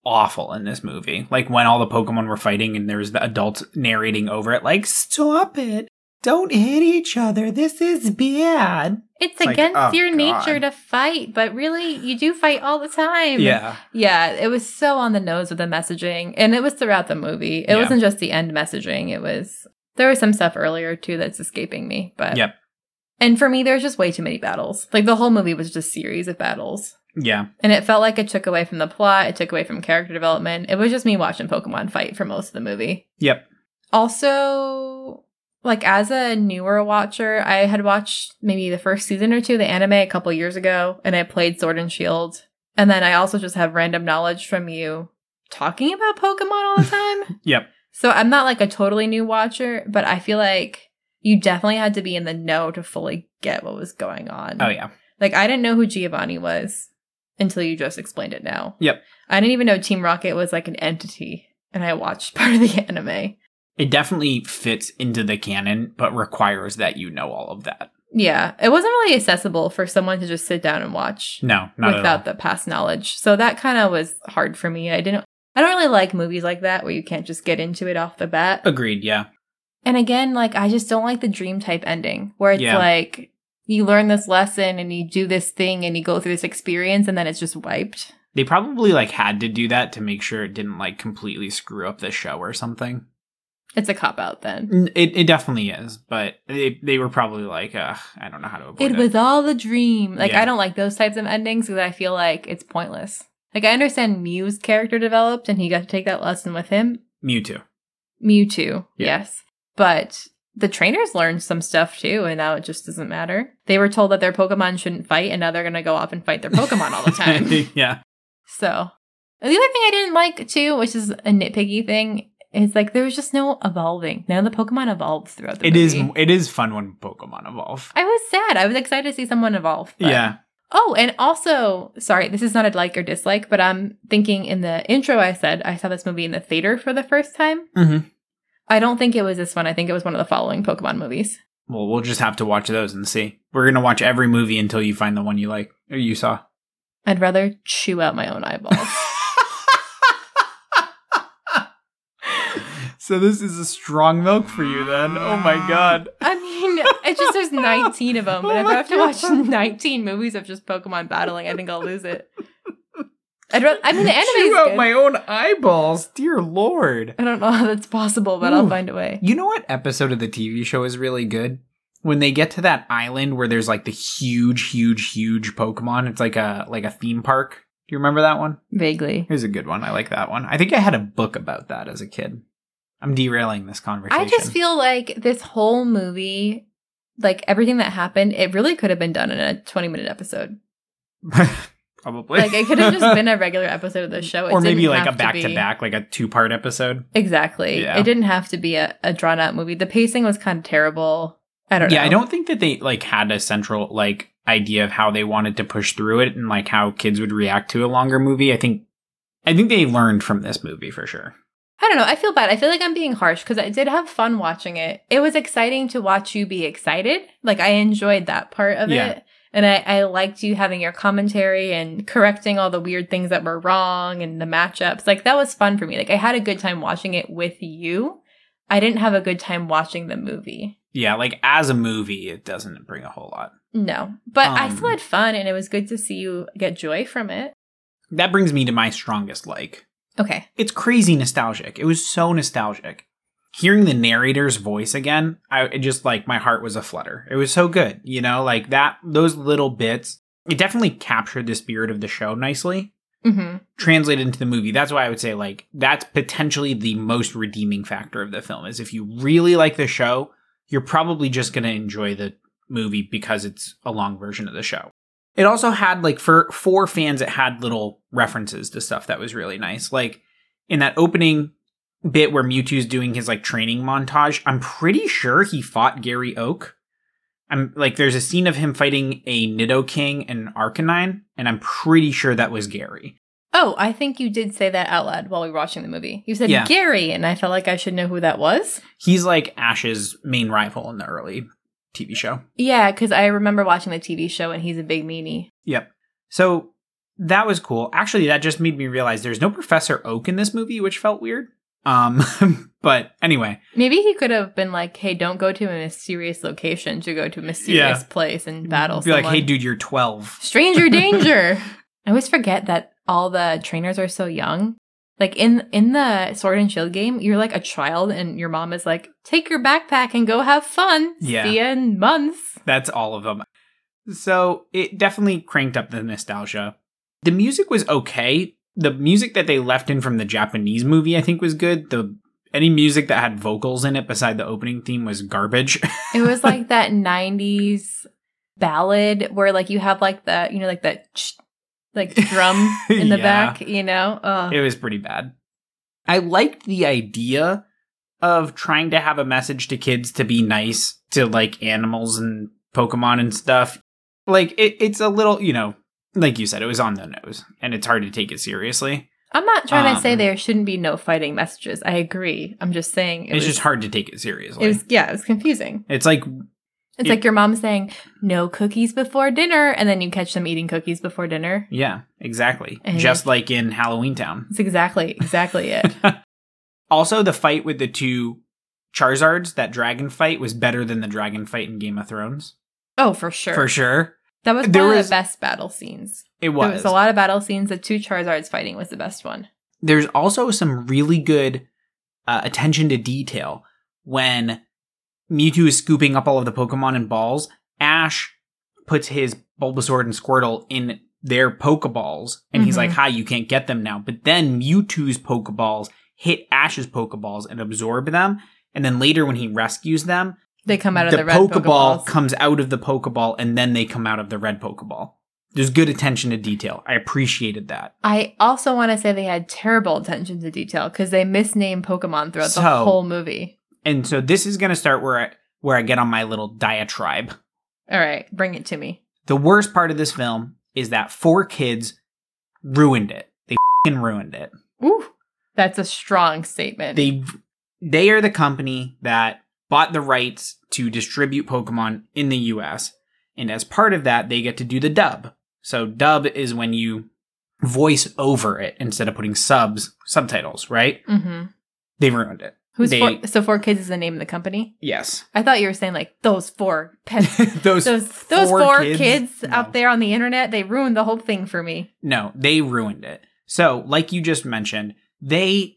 [SPEAKER 1] awful in this movie. Like when all the Pokemon were fighting and there was the adults narrating over it, like, stop it. Don't hit each other. This is bad.
[SPEAKER 2] It's
[SPEAKER 1] like,
[SPEAKER 2] against
[SPEAKER 1] oh,
[SPEAKER 2] your
[SPEAKER 1] God.
[SPEAKER 2] nature to fight, but really, you do fight all the time.
[SPEAKER 1] Yeah.
[SPEAKER 2] Yeah, it was so on the nose with the messaging, and it was throughout the movie. It
[SPEAKER 1] Yeah.
[SPEAKER 2] wasn't just the end messaging. It was there was some stuff earlier too that's escaping me, but
[SPEAKER 1] Yep.
[SPEAKER 2] And for me, there's just way too many battles. Like the whole movie was just a series of battles,
[SPEAKER 1] Yeah.
[SPEAKER 2] and it felt like it took away from the plot. It took away from character development. It was just me watching Pokemon fight for most of the movie.
[SPEAKER 1] Yep.
[SPEAKER 2] Also, like as a newer watcher, I had watched maybe the first season or two of the anime a couple years ago, and I played Sword and Shield. And then I also just have random knowledge from you talking about Pokemon all the time.
[SPEAKER 1] Yep.
[SPEAKER 2] So I'm not like a totally new watcher, but I feel like you definitely had to be in the know to fully get what was going on.
[SPEAKER 1] Oh yeah.
[SPEAKER 2] Like I didn't know who Giovanni was until you just explained it now.
[SPEAKER 1] Yep.
[SPEAKER 2] I didn't even know Team Rocket was like an entity, and I watched part of the anime.
[SPEAKER 1] It definitely fits into the canon, but requires that you know all of that.
[SPEAKER 2] Yeah, it wasn't really accessible for someone to just sit down and watch
[SPEAKER 1] No, not at all.
[SPEAKER 2] without the past knowledge. So that kind of was hard for me. I didn't I don't really like movies like that where you can't just get into it off the bat.
[SPEAKER 1] Agreed, yeah.
[SPEAKER 2] And again, like I just don't like the dream type ending where it's
[SPEAKER 1] Yeah.
[SPEAKER 2] like you learn this lesson and you do this thing and you go through this experience and then it's just wiped.
[SPEAKER 1] They probably like had to do that to make sure it didn't like completely screw up the show or something.
[SPEAKER 2] It's a cop out then.
[SPEAKER 1] N- It it definitely is, but they they were probably like, Ugh, I don't know how to avoid
[SPEAKER 2] It
[SPEAKER 1] it.
[SPEAKER 2] was all a dream. Like
[SPEAKER 1] Yeah.
[SPEAKER 2] I don't like those types of endings because I feel like it's pointless. Like I understand Mew's character developed and he got to take that lesson with him,
[SPEAKER 1] Mewtwo.
[SPEAKER 2] Mewtwo,
[SPEAKER 1] Yeah.
[SPEAKER 2] yes. But the trainers learned some stuff too, and now it just doesn't matter. They were told that their Pokemon shouldn't fight, and now they're going to go off and fight their Pokemon all the time.
[SPEAKER 1] yeah.
[SPEAKER 2] so, and the other thing I didn't like too, which is a nitpicky thing, is like there was just no evolving. None of the Pokemon evolved throughout the
[SPEAKER 1] It
[SPEAKER 2] movie.
[SPEAKER 1] is it is fun when Pokemon evolve.
[SPEAKER 2] I was sad. I was excited to see someone evolve. but-
[SPEAKER 1] yeah.
[SPEAKER 2] Oh, and also, sorry, this is not a like or dislike, but I'm thinking in the intro I said I saw this movie in the theater for the first time.
[SPEAKER 1] Mhm.
[SPEAKER 2] I don't think it was this one. I think it was one of the following Pokemon movies.
[SPEAKER 1] Well, we'll just have to watch those and see. We're gonna watch every movie until you find the one you like or you saw.
[SPEAKER 2] I'd rather chew out my own eyeballs.
[SPEAKER 1] so this is a strong milk for you then. Oh my god.
[SPEAKER 2] I mean, it's just there's 19 of them,
[SPEAKER 1] Oh
[SPEAKER 2] and if
[SPEAKER 1] my
[SPEAKER 2] I have to watch
[SPEAKER 1] God.
[SPEAKER 2] 19 movies of just Pokemon battling, I think I'll lose it. I'd rather, I mean, the anime
[SPEAKER 1] Chew
[SPEAKER 2] is
[SPEAKER 1] out
[SPEAKER 2] good.
[SPEAKER 1] my own eyeballs, dear lord.
[SPEAKER 2] I don't know how that's possible, but I'll
[SPEAKER 1] Ooh.
[SPEAKER 2] find a way.
[SPEAKER 1] You know what episode of the TV show is really good? When they get to that island where there's like the huge, huge, huge Pokemon. It's like a like a theme park. Do you remember that one?
[SPEAKER 2] Vaguely.
[SPEAKER 1] Here's a good one. I like that one. I think I had a book about that as a kid. I'm derailing this conversation.
[SPEAKER 2] I just feel like this whole movie, like everything that happened, it really could have been done in a 20 minute episode.
[SPEAKER 1] probably
[SPEAKER 2] Like it could have just been a regular episode of the show. It
[SPEAKER 1] or maybe
[SPEAKER 2] didn't
[SPEAKER 1] like a
[SPEAKER 2] have
[SPEAKER 1] back
[SPEAKER 2] be-
[SPEAKER 1] to back, like a two part episode.
[SPEAKER 2] Exactly.
[SPEAKER 1] Yeah.
[SPEAKER 2] It didn't have to be a, a drawn out movie. The pacing was kind of terrible. I don't
[SPEAKER 1] yeah,
[SPEAKER 2] know.
[SPEAKER 1] I don't think that they like had a central like idea of how they wanted to push through it and like how kids would react to a longer movie. I think I think they learned from this movie for sure.
[SPEAKER 2] I don't know. I feel bad. I feel like I'm being harsh because I did have fun watching it. It was exciting to watch you be excited. Like I enjoyed that part of
[SPEAKER 1] Yeah.
[SPEAKER 2] it. And I, I liked you having your commentary and correcting all the weird things that were wrong and the matchups. Like that was fun for me. Like I had a good time watching it with you. I didn't have a good time watching the movie.
[SPEAKER 1] Yeah, like as a movie, it doesn't bring a whole lot.
[SPEAKER 2] No. But I
[SPEAKER 1] Um,
[SPEAKER 2] still had fun and it was good to see you get joy from it.
[SPEAKER 1] That brings me to my strongest like.
[SPEAKER 2] Okay.
[SPEAKER 1] It's crazy nostalgic. It was so nostalgic. Hearing the narrator's voice again, I it just like my heart was aflutter. It was so good, you know, like that those little bits. It definitely captured the spirit of the show nicely.
[SPEAKER 2] hmm
[SPEAKER 1] translated into the movie. That's why I would say like that's potentially the most redeeming factor of the film is if you really like the show, you're probably just going to enjoy the movie because it's a long version of the show. It also had like for for fans it had little references to stuff that was really nice. Like in that opening bit where Mewtwo's doing his like training montage, I'm pretty sure he fought Gary Oak. I'm like there's a scene of him fighting a Nido King and an Arcanine, and I'm pretty sure that was Gary.
[SPEAKER 2] Oh, I think you did say that out loud while we were watching the movie. You said
[SPEAKER 1] Yeah.
[SPEAKER 2] Gary, and I felt like I should know who that was.
[SPEAKER 1] he's like Ash's main rival in the early TV show.
[SPEAKER 2] Yeah, because I remember watching the TV show and he's a big meanie.
[SPEAKER 1] Yep. So that was cool. Actually, that just made me realize there's no Professor Oak in this movie, which felt weird. Um, but anyway,
[SPEAKER 2] Maybe he could have been like, "Hey, don't go to a mysterious location. To go to a mysterious place and battle."
[SPEAKER 1] be like, hey,
[SPEAKER 2] someone."
[SPEAKER 1] dude, you're 12.
[SPEAKER 2] stranger danger." I always forget that all the trainers are so young. Like in in the Sword and Shield game, you're like a child, and your mom is like, "Take your backpack and go have fun."
[SPEAKER 1] Yeah.
[SPEAKER 2] See ya in months.
[SPEAKER 1] That's all of them. So it definitely cranked up the nostalgia. The music was okay. The music that they left in from the Japanese movie, I think, was good. The any music that had vocals in it beside the opening theme was garbage.
[SPEAKER 2] It was like that '90s ballad where like you have like the you know like that ch- like drum in the
[SPEAKER 1] Yeah.
[SPEAKER 2] back, you know. Uh,
[SPEAKER 1] it was pretty bad. I liked the idea of trying to have a message to kids to be nice to like animals and Pokemon and stuff. Like it, it's a little, you know, like you said, it was on the nose, and it's hard to take it seriously.
[SPEAKER 2] I'm not trying to say
[SPEAKER 1] um,
[SPEAKER 2] there shouldn't be no fighting messages. I agree. I'm just saying it
[SPEAKER 1] it's
[SPEAKER 2] was
[SPEAKER 1] just hard to take it seriously.
[SPEAKER 2] It was yeah, it was confusing.
[SPEAKER 1] it's like
[SPEAKER 2] It's
[SPEAKER 1] Yeah.
[SPEAKER 2] like your mom saying no cookies before dinner, and then you catch them eating cookies before dinner.
[SPEAKER 1] yeah, exactly,
[SPEAKER 2] And-
[SPEAKER 1] just like in Halloween Town.
[SPEAKER 2] It's exactly exactly it.
[SPEAKER 1] Also, the fight with the two Charizards, that dragon fight, was better than the dragon fight in Game of Thrones
[SPEAKER 2] Oh, for sure.
[SPEAKER 1] for sure.
[SPEAKER 2] That was
[SPEAKER 1] There
[SPEAKER 2] one of
[SPEAKER 1] was-
[SPEAKER 2] the best battle scenes.
[SPEAKER 1] It
[SPEAKER 2] There was a lot of battle scenes. The two Charizards fighting was the best one.
[SPEAKER 1] there's also some really good uh, attention to detail when Mewtwo is scooping up all of the Pokemon and balls. Ash puts his Bulbasaur and Squirtle in their Pokeballs, and he's
[SPEAKER 2] Mhm.
[SPEAKER 1] like, "Hi, you can't get them now." But then Mewtwo's Pokeballs hit Ash's Pokeballs and absorb them, and then later when he rescues them,
[SPEAKER 2] They come out of
[SPEAKER 1] the,
[SPEAKER 2] the, red
[SPEAKER 1] Pokeball
[SPEAKER 2] Pokeballs.
[SPEAKER 1] comes out of the Pokeball, and then they come out of the red Pokeball. There's good attention to detail. I appreciated that.
[SPEAKER 2] I also want to say they had terrible attention to detail because they misnamed Pokemon throughout
[SPEAKER 1] So-
[SPEAKER 2] the whole movie.
[SPEAKER 1] and so this is going to start where I, where I get on my little diatribe.
[SPEAKER 2] All right, bring it to me.
[SPEAKER 1] The worst part of this film is that four kids ruined it. They fing ruined it.
[SPEAKER 2] Ooh, that's a strong statement.
[SPEAKER 1] They they are the company that bought the rights to distribute Pokemon in the U.S. And as part of that, they get to do the dub. So dub is when you voice over it instead of putting subs subtitles. Right?
[SPEAKER 2] hmm
[SPEAKER 1] They ruined it.
[SPEAKER 2] Who's
[SPEAKER 1] They-
[SPEAKER 2] four, so four kids is the name of the company?
[SPEAKER 1] Yes.
[SPEAKER 2] I thought you were saying like those four pets.
[SPEAKER 1] those
[SPEAKER 2] Those those
[SPEAKER 1] four
[SPEAKER 2] four,
[SPEAKER 1] kids?
[SPEAKER 2] kids,
[SPEAKER 1] No.
[SPEAKER 2] out there on the internet, they ruined the whole thing for me.
[SPEAKER 1] No, they ruined it. So, like you just mentioned, they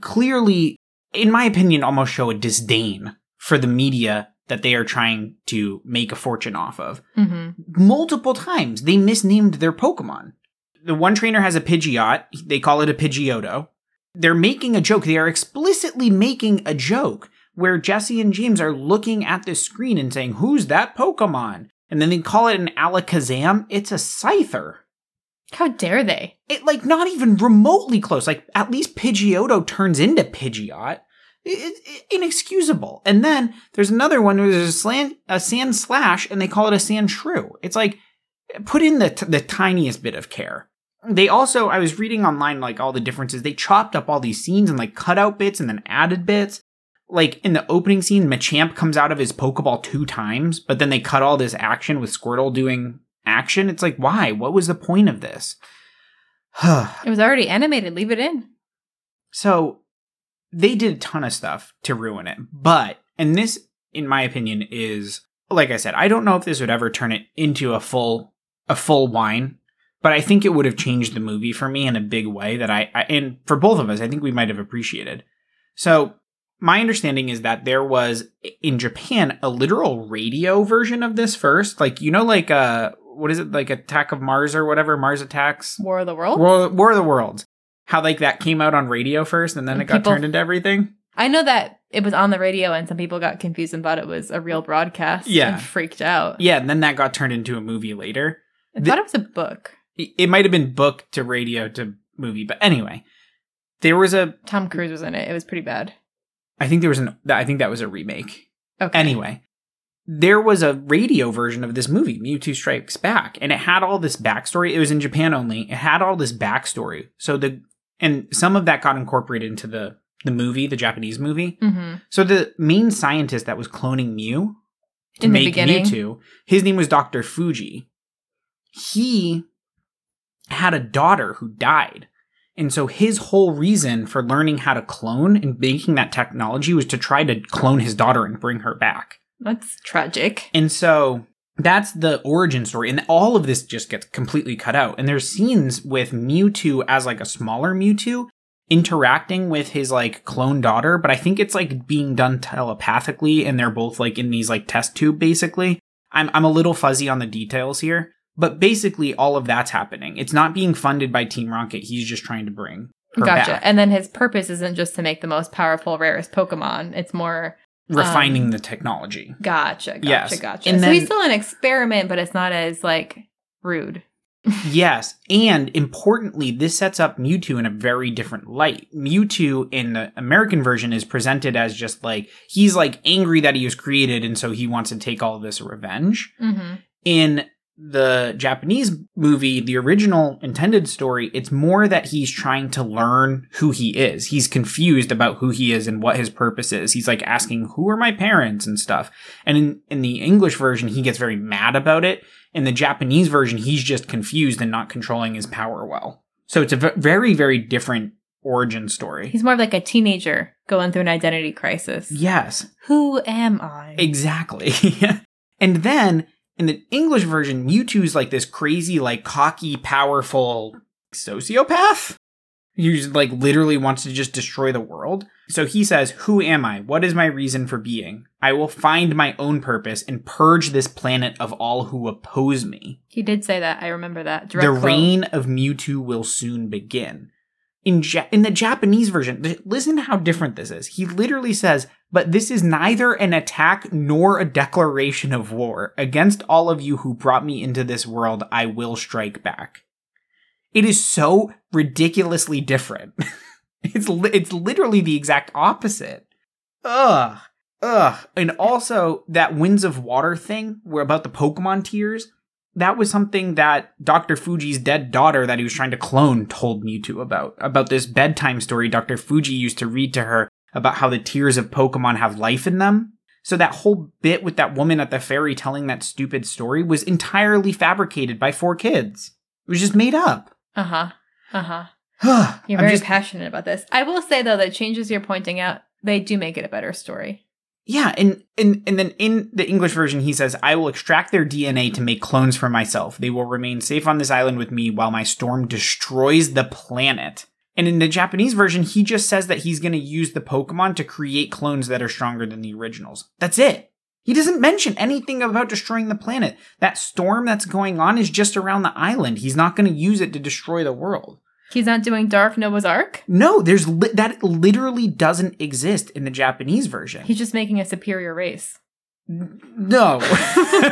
[SPEAKER 1] clearly, in my opinion, almost show a disdain for the media that they are trying to make a fortune off of.
[SPEAKER 2] hmm
[SPEAKER 1] Multiple times, they misnamed their Pokemon. The one trainer has a Pidgeot, they call it a Pidgeotto. They're making a joke. They are explicitly making a joke where Jesse and James are looking at this screen and saying, Who's that Pokemon? And then they call it an Alakazam. It's a Scyther.
[SPEAKER 2] How dare they?
[SPEAKER 1] It like not even remotely close. Like at least Pidgeotto turns into Pidgeot. It- it- inexcusable. And then there's another one where there's a, slant, a sand slash, and they call it a sand shrew. It's like put in the t- the tiniest bit of care. They also, I was reading online like all the differences. They chopped up all these scenes and like cut out bits and then added bits. Like in the opening scene, Machamp comes out of his Pokeball two times, but then they cut all this action with Squirtle doing action. It's like, why? What was the point of this?
[SPEAKER 2] It was already animated. Leave it in.
[SPEAKER 1] So they did a ton of stuff to ruin it. But, and this, in my opinion, is like I said, I don't know if this would ever turn it into a full a full wine, but I think it would have changed the movie for me in a big way that I, I and for both of us, I think we might have appreciated. So my understanding is that there was in Japan a literal radio version of this first, like you know, like uh, what is it, like Attack of Mars or whatever, Mars Attacks.
[SPEAKER 2] War of the Worlds.
[SPEAKER 1] War, War of the Worlds. How like that came out on radio first, and then
[SPEAKER 2] And
[SPEAKER 1] it got
[SPEAKER 2] people-
[SPEAKER 1] turned into everything.
[SPEAKER 2] I know that it was on the radio and some people got confused and thought it was a real broadcast.
[SPEAKER 1] Yeah.
[SPEAKER 2] And freaked out.
[SPEAKER 1] Yeah, and then that got turned into a movie later.
[SPEAKER 2] I
[SPEAKER 1] The-
[SPEAKER 2] thought it was a book.
[SPEAKER 1] It it might have been book to radio to movie, but anyway, there was a.
[SPEAKER 2] Tom Cruise was in it. It was pretty bad.
[SPEAKER 1] I think there was an. I think that was a remake.
[SPEAKER 2] Okay.
[SPEAKER 1] Anyway, there was a radio version of this movie, Mewtwo Strikes Back, and it had all this backstory. It was in Japan only. It had all this backstory. So the and some of that got incorporated into the the movie, the Japanese movie.
[SPEAKER 2] hmm
[SPEAKER 1] So the main scientist that was cloning Mew to
[SPEAKER 2] In the
[SPEAKER 1] make
[SPEAKER 2] beginning.
[SPEAKER 1] Mewtwo, his name was Doctor Fuji. He had a daughter who died, and so his whole reason for learning how to clone and making that technology was to try to clone his daughter and bring her back.
[SPEAKER 2] That's tragic.
[SPEAKER 1] And so that's the origin story. And all of this just gets completely cut out. And there's scenes with Mewtwo as like a smaller Mewtwo interacting with his like clone daughter, but I think it's like being done telepathically and they're both like in these like test tube basically. I'm I'm a little fuzzy on the details here, but basically all of that's happening. It's not being funded by Team Rocket. He's just trying to bring her
[SPEAKER 2] Gotcha.
[SPEAKER 1] back,
[SPEAKER 2] And then his purpose isn't just to make the most powerful, rarest Pokemon. It's more
[SPEAKER 1] refining
[SPEAKER 2] um,
[SPEAKER 1] the technology.
[SPEAKER 2] gotcha, gotcha,
[SPEAKER 1] Yes.
[SPEAKER 2] gotcha.
[SPEAKER 1] And
[SPEAKER 2] so
[SPEAKER 1] then-
[SPEAKER 2] he's still an experiment, but it's not as like rude.
[SPEAKER 1] Yes, and importantly, this sets up Mewtwo in a very different light. Mewtwo in the American version is presented as just like he's like angry that he was created and so he wants to take all this revenge.
[SPEAKER 2] Mm-hmm.
[SPEAKER 1] In the Japanese movie, the original intended story, it's more that he's trying to learn who he is. He's confused about who he is and what his purpose is. He's like asking, "Who are my parents?" and stuff. And in, in the English version, he gets very mad about it. In the Japanese version, he's just confused and not controlling his power well. So it's a v- very, very different origin story.
[SPEAKER 2] He's more of like a teenager going through an identity crisis.
[SPEAKER 1] Yes,
[SPEAKER 2] Who am I?
[SPEAKER 1] exactly. and then in the English version, Mewtwo's like this crazy, like cocky, powerful sociopath who like literally wants to just destroy the world. So he says, "Who am I? What is my reason for being? I will find my own purpose and purge this planet of all who oppose me."
[SPEAKER 2] he did say that. I remember that.
[SPEAKER 1] the
[SPEAKER 2] Direct quote.
[SPEAKER 1] reign of Mewtwo will soon begin. In ja- in the Japanese version, th- listen how different this is. He literally says, "But this is neither an attack nor a declaration of war against all of you who brought me into this world. I will strike back." It is so ridiculously different. it's li- it's literally the exact opposite. Ugh. Ugh. And also that Winds of Water thing where about the Pokemon tears, that was something that Dr. Fuji's dead daughter that he was trying to clone told Mewtwo about. About this bedtime story Dr. Fuji used to read to her about how the tears of Pokemon have life in them. So that whole bit with that woman at the ferry telling that stupid story was entirely fabricated by four kids. It was just made up.
[SPEAKER 2] Uh huh. Uh huh. You're
[SPEAKER 1] I'm
[SPEAKER 2] very
[SPEAKER 1] just-
[SPEAKER 2] passionate about this. I will say though that changes you're pointing out, they do make it a better story.
[SPEAKER 1] Yeah, and, and and then in the English version, he says, "I will extract their DNA to make clones for myself. They will remain safe on this island with me while my storm destroys the planet." And in the Japanese version, he just says that he's going to use the Pokemon to create clones that are stronger than the originals. That's it. He doesn't mention anything about destroying the planet. That storm that's going on is just around the island. He's not going to use it to destroy the world.
[SPEAKER 2] He's not doing Dark Noah's Ark.
[SPEAKER 1] No, there's li- that literally doesn't exist in the Japanese version.
[SPEAKER 2] He's just making a superior race.
[SPEAKER 1] no,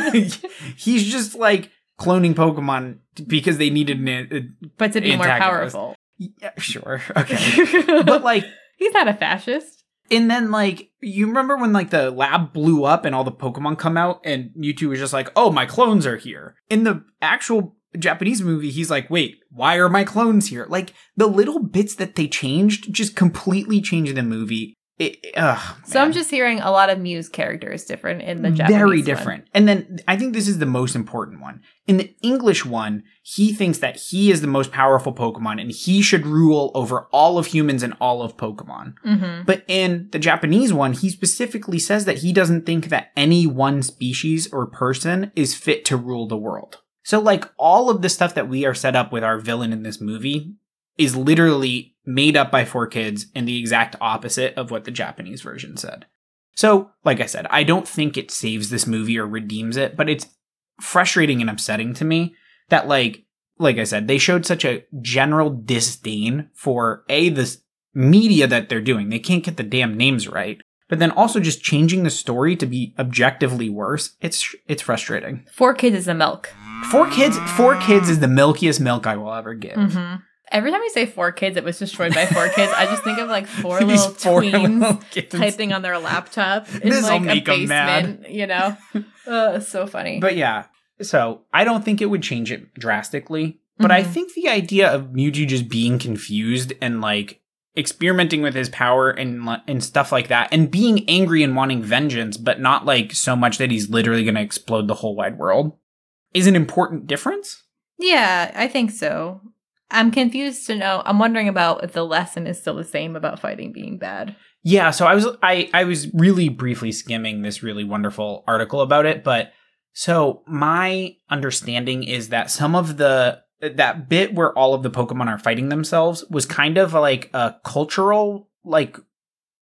[SPEAKER 1] he's just like cloning Pokemon because they needed an. an-
[SPEAKER 2] But to be more
[SPEAKER 1] Antagonist.
[SPEAKER 2] powerful.
[SPEAKER 1] yeah, sure, okay, but like,
[SPEAKER 2] He's not a fascist.
[SPEAKER 1] and then like, you remember when like the lab blew up and all the Pokemon come out, and Mewtwo was just like, "Oh, my clones are here." In the actual Japanese movie, he's like, "Wait, why are my clones here?" Like the little bits that they changed just completely changed the movie. It, ugh,
[SPEAKER 2] So
[SPEAKER 1] man.
[SPEAKER 2] I'm just hearing a lot of Muse characters different in the Japanese.
[SPEAKER 1] very
[SPEAKER 2] one.
[SPEAKER 1] different. And then I think this is the most important one. In the English one, he thinks that he is the most powerful Pokemon and he should rule over all of humans and all of Pokemon.
[SPEAKER 2] Mhm.
[SPEAKER 1] But in the Japanese one, he specifically says that he doesn't think that any one species or person is fit to rule the world. So, like, all of the stuff that we are set up with our villain in this movie is literally made up by four kids and the exact opposite of what the Japanese version said. So, like I said, I don't think it saves this movie or redeems it, but it's frustrating and upsetting to me that, like, like I said, they showed such a general disdain for A, this media that they're doing. They can't get the damn names right. But then also just changing the story to be objectively worse, it's it's frustrating.
[SPEAKER 2] Four kids is the milk.
[SPEAKER 1] Four kids, four kids is the milkiest milk I will ever give.
[SPEAKER 2] hmm Every time you say four kids, it was destroyed by four kids. I just think of like four little tweens
[SPEAKER 1] kids.
[SPEAKER 2] typing on their laptop in
[SPEAKER 1] This'll
[SPEAKER 2] like
[SPEAKER 1] make
[SPEAKER 2] a
[SPEAKER 1] 'em mad.
[SPEAKER 2] basement. You know, uh, it's so funny.
[SPEAKER 1] But yeah, so I don't think it would change it drastically. But I
[SPEAKER 2] Mhm.
[SPEAKER 1] think the idea of Muji just being confused and like experimenting with his power and li- and stuff like that, and being angry and wanting vengeance, but not like so much that he's literally going to explode the whole wide world, is an important difference.
[SPEAKER 2] yeah, I think so. I'm confused to know. I'm wondering about if the lesson is still the same about fighting being bad.
[SPEAKER 1] Yeah, so I was I I was really briefly skimming this really wonderful article about it, but so my understanding is that some of the that bit where all of the Pokemon are fighting themselves was kind of like a cultural like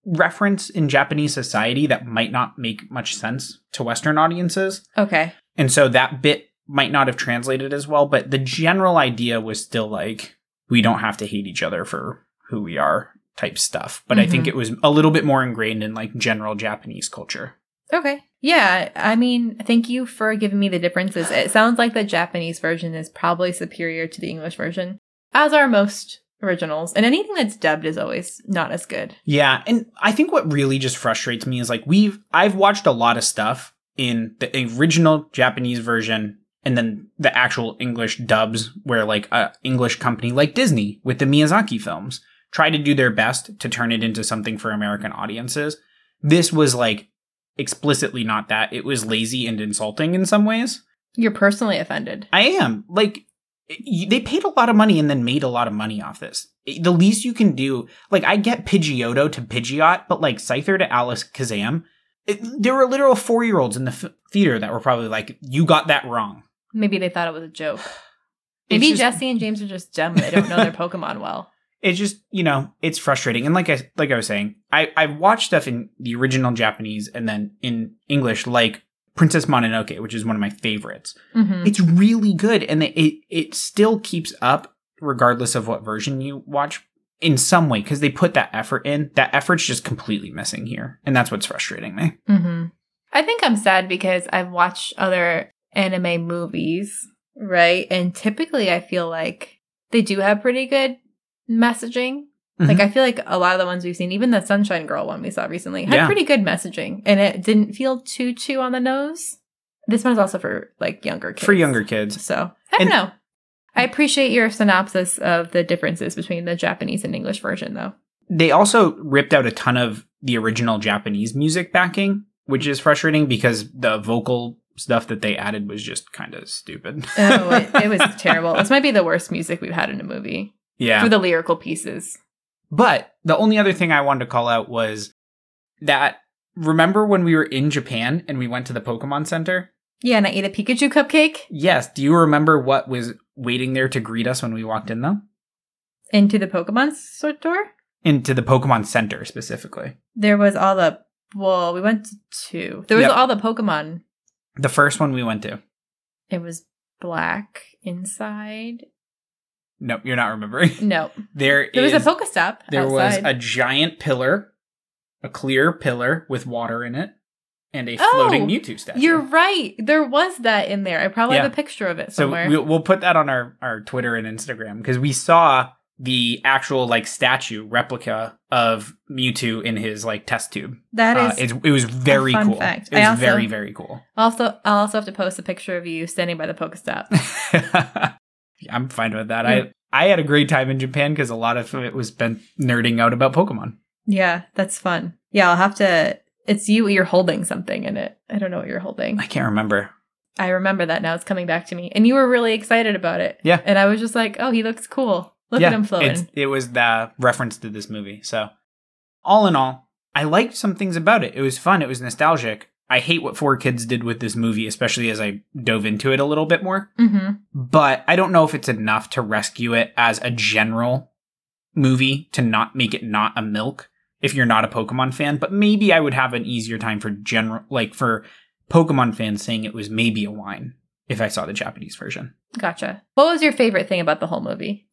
[SPEAKER 1] reference in Japanese society that might not make much sense to Western audiences.
[SPEAKER 2] Okay.
[SPEAKER 1] And so that bit might not have translated as well, but the general idea was still like, we don't have to hate each other for who we are type stuff. But I think
[SPEAKER 2] Mhm.
[SPEAKER 1] it was a little bit more ingrained in like general Japanese culture.
[SPEAKER 2] Okay. Yeah, I mean, thank you for giving me the differences. It sounds like the Japanese version is probably superior to the English version, as are most originals. And anything that's dubbed is always not as good.
[SPEAKER 1] Yeah. And I think what really just frustrates me is like, we've, I've watched a lot of stuff in the original Japanese version and then the actual English dubs where like a English company like Disney with the Miyazaki films try to do their best to turn it into something for American audiences. This was like explicitly not that. It was lazy and insulting in some ways.
[SPEAKER 2] You're personally offended.
[SPEAKER 1] I am. Like, y- they paid a lot of money and then made a lot of money off this. The least you can do, like, I get Pidgeotto to Pidgeot, but like Scyther to Alice Kazam. It, there were literal four year olds in the f- theater that were probably like, you got that wrong.
[SPEAKER 2] Maybe they thought it was a joke.
[SPEAKER 1] It's
[SPEAKER 2] Maybe
[SPEAKER 1] just-
[SPEAKER 2] Jesse and James are just dumb. They don't know their Pokemon well.
[SPEAKER 1] it's just you know it's frustrating and like i like i was saying i i've watched stuff in the original japanese and then in english like princess mononoke which is one of my favorites
[SPEAKER 2] hmm
[SPEAKER 1] it's really good and it it, it still keeps up regardless of what version you watch in some way because they put that effort in that effort's just completely missing here and that's what's frustrating me
[SPEAKER 2] hmm I think I'm sad because I've watched other anime movies, right? And typically I feel like they do have pretty good messaging.
[SPEAKER 1] Mm-hmm.
[SPEAKER 2] Like I feel like a lot of the ones we've seen, even the Sunshine Girl one we saw recently, had
[SPEAKER 1] Yeah.
[SPEAKER 2] pretty good messaging and it didn't feel too too on the nose. This one's also for like younger kids.
[SPEAKER 1] for younger kids
[SPEAKER 2] So I don't
[SPEAKER 1] And-
[SPEAKER 2] know. I appreciate your synopsis of the differences between the Japanese and English version though.
[SPEAKER 1] they also ripped out a ton of the original Japanese music backing, which is frustrating because the vocal stuff that they added was just kind of stupid.
[SPEAKER 2] Oh, it, it was terrible. This might be the worst music we've had in a movie
[SPEAKER 1] yeah.
[SPEAKER 2] for the lyrical pieces.
[SPEAKER 1] But the only other thing I wanted to call out was that remember when we were in Japan and we went to the Pokemon Center?
[SPEAKER 2] Yeah, and I ate a Pikachu cupcake
[SPEAKER 1] Yes. Do you remember what was waiting there to greet us when we walked in, though?
[SPEAKER 2] into the Pokemon store.
[SPEAKER 1] Into the Pokemon Center specifically.
[SPEAKER 2] There was all the well, we went to two. There was
[SPEAKER 1] Yep.
[SPEAKER 2] all the Pokemon.
[SPEAKER 1] The first one we went to.
[SPEAKER 2] It was black inside.
[SPEAKER 1] Nope, you're not remembering.
[SPEAKER 2] No.
[SPEAKER 1] There,
[SPEAKER 2] Mm. There was
[SPEAKER 1] is-
[SPEAKER 2] a Pokestop.
[SPEAKER 1] There was
[SPEAKER 2] outside.
[SPEAKER 1] a giant pillar, a clear pillar with water in it, and a floating
[SPEAKER 2] Oh,
[SPEAKER 1] Mewtwo statue.
[SPEAKER 2] You're right. There was that in there. I probably
[SPEAKER 1] Yeah.
[SPEAKER 2] have a picture of it
[SPEAKER 1] so
[SPEAKER 2] somewhere.
[SPEAKER 1] we'll, we'll put that on our, our Twitter and Instagram because we saw the actual like statue replica of Mewtwo in his like test tube.
[SPEAKER 2] that
[SPEAKER 1] Uh,
[SPEAKER 2] is
[SPEAKER 1] it's, it was very
[SPEAKER 2] fun
[SPEAKER 1] cool.
[SPEAKER 2] fact.
[SPEAKER 1] It was
[SPEAKER 2] I also-
[SPEAKER 1] very very cool.
[SPEAKER 2] also. I'll also have to post a picture of you standing by the Pokestop.
[SPEAKER 1] I'm fine with that.
[SPEAKER 2] Yeah.
[SPEAKER 1] I I had a great time in Japan because a lot of it was been nerding out about Pokemon.
[SPEAKER 2] yeah, that's fun. Yeah, I'll have to. It's you. You're holding something in it. I don't know what you're holding.
[SPEAKER 1] I can't remember.
[SPEAKER 2] I remember that now. It's coming back to me. And you were really excited about it.
[SPEAKER 1] Yeah.
[SPEAKER 2] And I was just like, oh, he looks cool. Look at him
[SPEAKER 1] it's-
[SPEAKER 2] floating.
[SPEAKER 1] It was the reference to this movie. So, all in all, I liked some things about it. It was fun. It was nostalgic. I hate what Four Kids did with this movie, especially as I dove into it a little bit more.
[SPEAKER 2] Mm-hmm.
[SPEAKER 1] But I don't know if it's enough to rescue it as a general movie to not make it not a milk if you're not a Pokemon fan. But maybe I would have an easier time for general, like for Pokemon fans saying it was maybe a wine if I saw the Japanese version.
[SPEAKER 2] Gotcha. What was your favorite thing about the whole movie?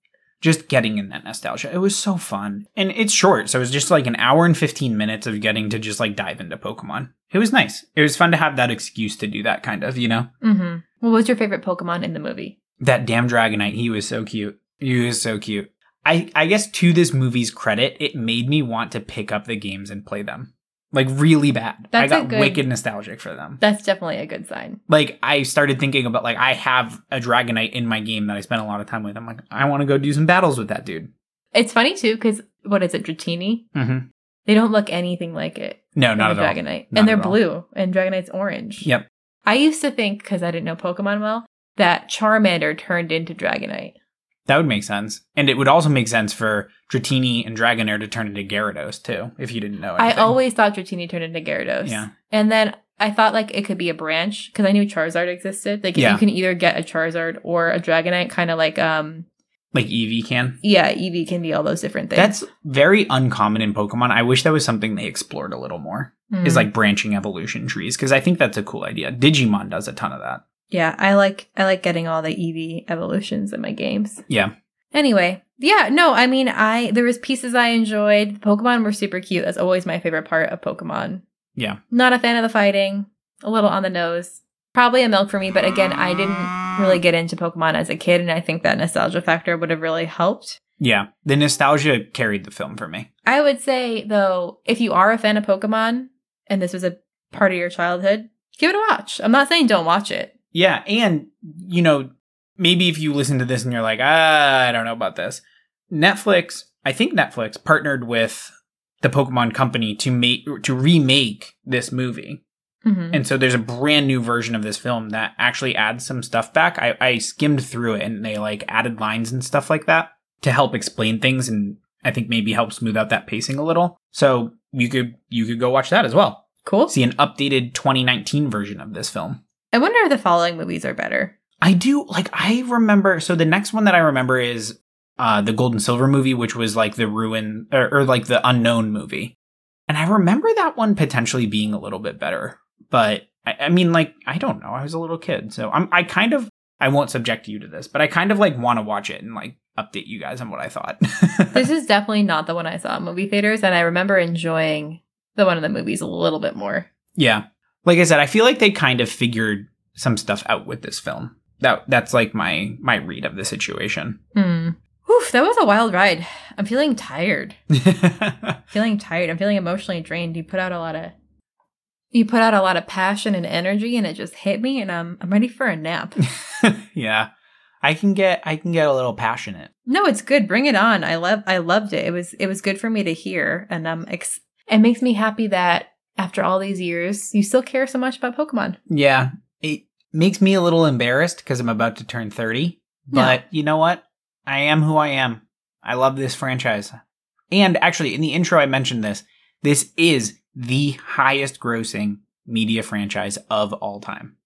[SPEAKER 1] just getting in that nostalgia. It was so fun. And it's short, so it was just like an hour and 15 minutes of getting to just like dive into Pokemon. It was nice. It was fun to have that excuse to do that kind of, you know?
[SPEAKER 2] Mm-hmm. What was your favorite Pokemon in the movie?
[SPEAKER 1] That damn Dragonite, he was so cute. He was so cute. I, I guess to this movie's credit, it made me want to pick up the games and play them. Like really bad.
[SPEAKER 2] That's
[SPEAKER 1] I
[SPEAKER 2] a
[SPEAKER 1] got
[SPEAKER 2] good-
[SPEAKER 1] wicked nostalgic for them.
[SPEAKER 2] That's definitely a good sign.
[SPEAKER 1] Like I started thinking about like I have a Dragonite in my game that I spent a lot of time with. I'm like, I want to go do some battles with that dude.
[SPEAKER 2] It's funny too because what is it, Dratini?
[SPEAKER 1] hmm
[SPEAKER 2] They don't look anything like it.
[SPEAKER 1] No,
[SPEAKER 2] in
[SPEAKER 1] not
[SPEAKER 2] the
[SPEAKER 1] at all.
[SPEAKER 2] Dragonite,
[SPEAKER 1] Not
[SPEAKER 2] and they're
[SPEAKER 1] at all.
[SPEAKER 2] blue, and Dragonite's orange.
[SPEAKER 1] Yep.
[SPEAKER 2] I used to think because I didn't know Pokemon well that Charmander turned into Dragonite.
[SPEAKER 1] That would make sense. And it would also make sense for Dratini and Dragonair to turn into Gyarados too, if you didn't know
[SPEAKER 2] I
[SPEAKER 1] anything.
[SPEAKER 2] always thought Dratini turned into Gyarados.
[SPEAKER 1] Yeah.
[SPEAKER 2] And then I thought like it could be a branch because I knew Charizard existed. Like
[SPEAKER 1] Yeah.
[SPEAKER 2] you can either get a Charizard or a Dragonite, kind of like um
[SPEAKER 1] like Eevee can.
[SPEAKER 2] yeah, Eevee can be all those different things.
[SPEAKER 1] That's very uncommon in Pokemon. I wish that was something they explored a little more.
[SPEAKER 2] Mm.
[SPEAKER 1] Is like branching evolution trees because I think that's a cool idea. Digimon does a ton of that.
[SPEAKER 2] yeah, I like I like getting all the Eevee evolutions in my games.
[SPEAKER 1] Yeah.
[SPEAKER 2] Anyway, yeah, no, I mean I there was pieces I enjoyed. Pokemon were super cute. That's always my favorite part of Pokemon.
[SPEAKER 1] Yeah.
[SPEAKER 2] Not a fan of the fighting. A little on the nose. Probably a milk for me, but again, I didn't
[SPEAKER 1] Mm.
[SPEAKER 2] really get into Pokemon as a kid, and I think that nostalgia factor would have really helped.
[SPEAKER 1] Yeah, the nostalgia carried the film for me.
[SPEAKER 2] I would say though, if you are a fan of Pokemon and this was a part of your childhood, give it a watch. I'm not saying don't watch it.
[SPEAKER 1] Yeah, and you know, maybe if you listen to this and you're like, ah, I don't know about this. Netflix, I think Netflix partnered with the Pokemon company to make to remake this movie.
[SPEAKER 2] Mm-hmm.
[SPEAKER 1] And so there's a brand new version of this film that actually adds some stuff back. I, I skimmed through it and they like added lines and stuff like that to help explain things and I think maybe help smooth out that pacing a little. So you could you could go watch that as well.
[SPEAKER 2] Cool.
[SPEAKER 1] See an updated 2019 version of this film.
[SPEAKER 2] I wonder if the following movies are better.
[SPEAKER 1] I do like I remember so the next one that I remember is uh the Gold and Silver movie, which was like the ruin or, or like the unknown movie. And I remember that one potentially being a little bit better. But I, I mean like I don't know. I was a little kid. So I'm I kind of I won't subject you to this, but I kind of like want to watch it and like update you guys on what I thought.
[SPEAKER 2] this is definitely not the one I saw in movie theaters, and I remember enjoying the one in the movies a little bit more.
[SPEAKER 1] yeah. Like I said, I feel like they kind of figured some stuff out with this film. That that's like my my read of the situation.
[SPEAKER 2] Hmm. Whew, that was a wild ride. I'm feeling tired. Feeling tired. I'm feeling emotionally drained. You put out a lot of you put out a lot of passion and energy and it just hit me and I'm I'm ready for a nap.
[SPEAKER 1] yeah. I can get I can get a little passionate.
[SPEAKER 2] No, it's good. Bring it on. I love I loved it. It was it was good for me to hear and um ex- it makes me happy that after all these years you still care so much about Pokemon.
[SPEAKER 1] Yeah. It makes me a little embarrassed because I'm about to turn 30. But you know what? I am who I am. I love this franchise. And actually, in the intro, I mentioned this. This is the highest grossing media franchise of all time,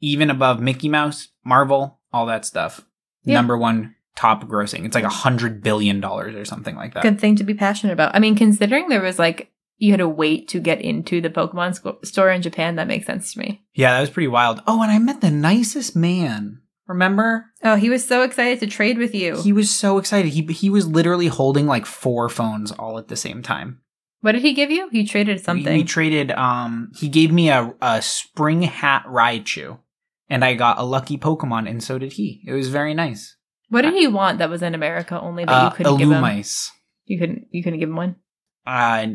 [SPEAKER 1] even above Mickey Mouse, Marvel, all that stuff.
[SPEAKER 2] Yeah.
[SPEAKER 1] Number one top grossing. It's like a $100 billion or something like that.
[SPEAKER 2] good thing to be passionate about. I mean, considering there was like you had to wait to get into the Pokemon sco- store in Japan, that makes sense to me.
[SPEAKER 1] Yeah, that was pretty wild. Oh, and I met the nicest man. Remember?
[SPEAKER 2] Oh, he was so excited to trade with you.
[SPEAKER 1] He was so excited. He he was literally holding like four phones all at the same time.
[SPEAKER 2] what did he give you? He traded something.
[SPEAKER 1] We, we traded. Um, he gave me a a spring hat Raichu, and I got a lucky Pokemon, and so did he. It was very nice.
[SPEAKER 2] what did he want that was in America only that
[SPEAKER 1] Uh,
[SPEAKER 2] you couldn't give him?
[SPEAKER 1] Illumise.
[SPEAKER 2] You couldn't. You couldn't give him one.
[SPEAKER 1] Uh,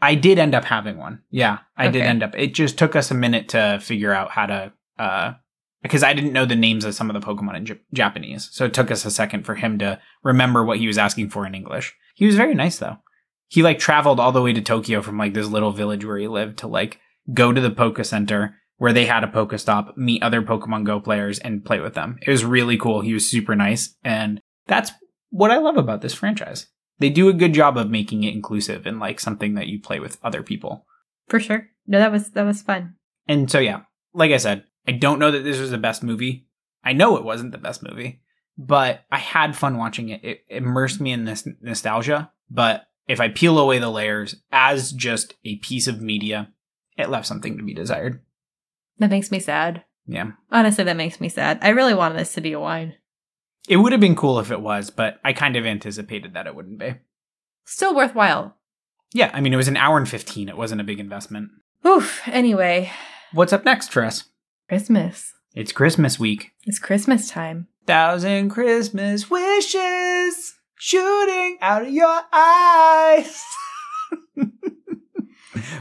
[SPEAKER 1] I did end up having one. Yeah, I did
[SPEAKER 2] Okay.
[SPEAKER 1] end up. It just took us a minute to figure out how to. Uh, because I didn't know the names of some of the Pokemon in J- Japanese, so it took us a second for him to remember what he was asking for in English. He was very nice though. He like traveled all the way to Tokyo from like this little village where he lived to like go to the Poke Center where they had a Pokestop, meet other Pokemon Go players, and play with them. It was really cool. He was super nice, and that's what I love about this franchise. They do a good job of making it inclusive and like something that you play with other people.
[SPEAKER 2] For sure. No, that was that was fun.
[SPEAKER 1] And so, yeah, like I said, I don't know that this was the best movie. I know it wasn't the best movie, but I had fun watching it. It immersed me in this nostalgia. But if I peel away the layers as just a piece of media, it left something to be desired.
[SPEAKER 2] That makes me sad.
[SPEAKER 1] Yeah.
[SPEAKER 2] Honestly, that makes me sad. I really wanted this to be a wine.
[SPEAKER 1] It would have been cool if it was, but I kind of anticipated that it wouldn't be.
[SPEAKER 2] Still worthwhile.
[SPEAKER 1] Yeah, I mean, it was an hour and 15. It wasn't a big investment.
[SPEAKER 2] Oof. Anyway,
[SPEAKER 1] What's up next for us?
[SPEAKER 2] Christmas.
[SPEAKER 1] It's Christmas week.
[SPEAKER 2] It's Christmas time.
[SPEAKER 1] Thousand Christmas wishes shooting out of your eyes.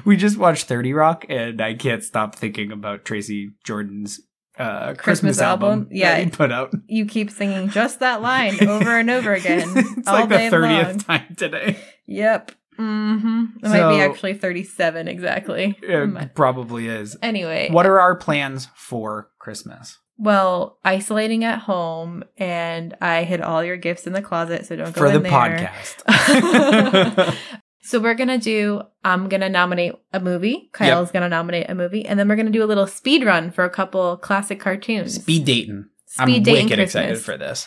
[SPEAKER 1] we just watched 30 Rock, and I can't stop thinking about Tracy Jordan's uh, Christmas,
[SPEAKER 2] Christmas
[SPEAKER 1] album.
[SPEAKER 2] album, yeah.
[SPEAKER 1] That he put out
[SPEAKER 2] You keep singing just that line over and over again.
[SPEAKER 1] it's
[SPEAKER 2] all
[SPEAKER 1] like the
[SPEAKER 2] day
[SPEAKER 1] 30th
[SPEAKER 2] long.
[SPEAKER 1] time today.
[SPEAKER 2] Yep. Mm-hmm. It might be
[SPEAKER 1] So-
[SPEAKER 2] actually 37 exactly.
[SPEAKER 1] It
[SPEAKER 2] Mm. Eh,
[SPEAKER 1] probably is.
[SPEAKER 2] Anyway.
[SPEAKER 1] What are our plans for Christmas?
[SPEAKER 2] Well, isolating at home, and I hid all your gifts in the closet, so don't go
[SPEAKER 1] for
[SPEAKER 2] in
[SPEAKER 1] the
[SPEAKER 2] there.
[SPEAKER 1] podcast.
[SPEAKER 2] So we're gonna do. I'm gonna nominate a movie. Kyle's gonna nominate a movie, and then we're gonna do a little speed run for a couple classic cartoons.
[SPEAKER 1] Speed dating. I'm
[SPEAKER 2] Speed dating
[SPEAKER 1] wicked
[SPEAKER 2] Christmas.
[SPEAKER 1] excited for this.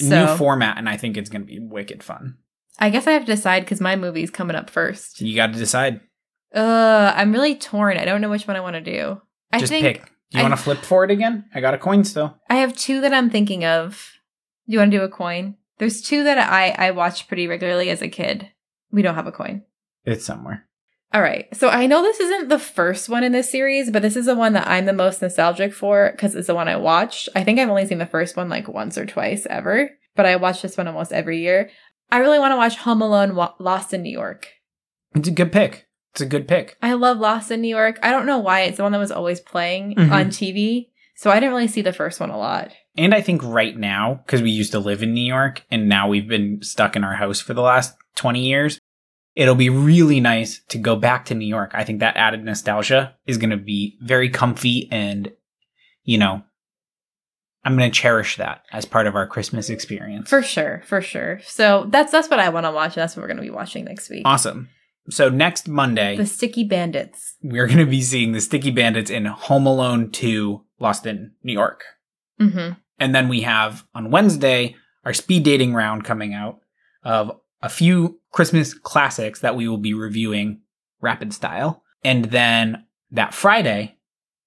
[SPEAKER 1] New
[SPEAKER 2] So
[SPEAKER 1] format, and I think it's going to be wicked fun.
[SPEAKER 2] I guess I have to decide because my movie's coming up first.
[SPEAKER 1] You got to decide.
[SPEAKER 2] Uh, I'm really torn. I don't know which one I want to do. I
[SPEAKER 1] Just
[SPEAKER 2] think
[SPEAKER 1] pick. Do you
[SPEAKER 2] I-
[SPEAKER 1] want to flip for it again? I got a coin still.
[SPEAKER 2] I have two that I'm thinking of. Do you want to do a coin? There's two that I I watched pretty regularly as a kid. We don't have a coin.
[SPEAKER 1] It's somewhere.
[SPEAKER 2] All right. So I know this isn't the first one in this series, but this is the one that I'm the most nostalgic for because it's the one I watched. I think I've only seen the first one like once or twice ever, but I watch this one almost every year. I really want to watch Home Alone Wa- Lost in New York.
[SPEAKER 1] It's a good pick. It's a good pick.
[SPEAKER 2] I love Lost in New York. I don't know why it's the one that was always playing
[SPEAKER 1] Mhm.
[SPEAKER 2] on TV. So I didn't really see the first one a lot.
[SPEAKER 1] And I think right now, because we used to live in New York and now we've been stuck in our house for the last 20 years, it'll be really nice to go back to New York. I think that added nostalgia is going to be very comfy and, you know, I'm going to cherish that as part of our Christmas experience.
[SPEAKER 2] For sure, for sure. So that's that's what I want to watch and that's what we're going to be watching next week.
[SPEAKER 1] Awesome. So next Monday,
[SPEAKER 2] The Sticky Bandits.
[SPEAKER 1] we're going to be seeing the Sticky Bandits in Home Alone 2 Lost in New York.
[SPEAKER 2] Mhm.
[SPEAKER 1] And then we have on Wednesday our speed dating round coming out of a few Christmas classics that we will be reviewing rapid style. And then that Friday,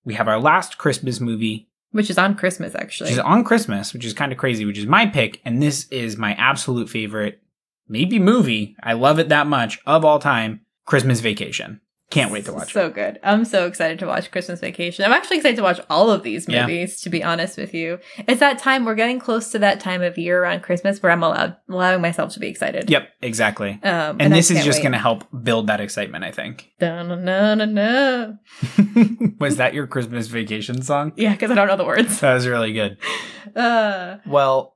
[SPEAKER 1] we have our last Christmas movie,
[SPEAKER 2] Which is on Christmas actually.
[SPEAKER 1] which is on Christmas, which is kind of crazy, which is my pick. And this is my absolute favorite, maybe movie. I love it that much of all time Christmas Vacation. Can't wait to watch it.
[SPEAKER 2] So good. I'm so excited to watch Christmas Vacation. I'm actually excited to watch all of these
[SPEAKER 1] Yeah.
[SPEAKER 2] movies, to be honest with you. It's that time we're getting close to that time of year around Christmas where I'm allowed allowing myself to be excited.
[SPEAKER 1] Yep, exactly.
[SPEAKER 2] Um,
[SPEAKER 1] And, this is just going to help build that excitement, I think.
[SPEAKER 2] No, no, no, no.
[SPEAKER 1] Was that your Christmas Vacation song?
[SPEAKER 2] Yeah, because I don't know the words.
[SPEAKER 1] That was really good.
[SPEAKER 2] Uh,
[SPEAKER 1] Well,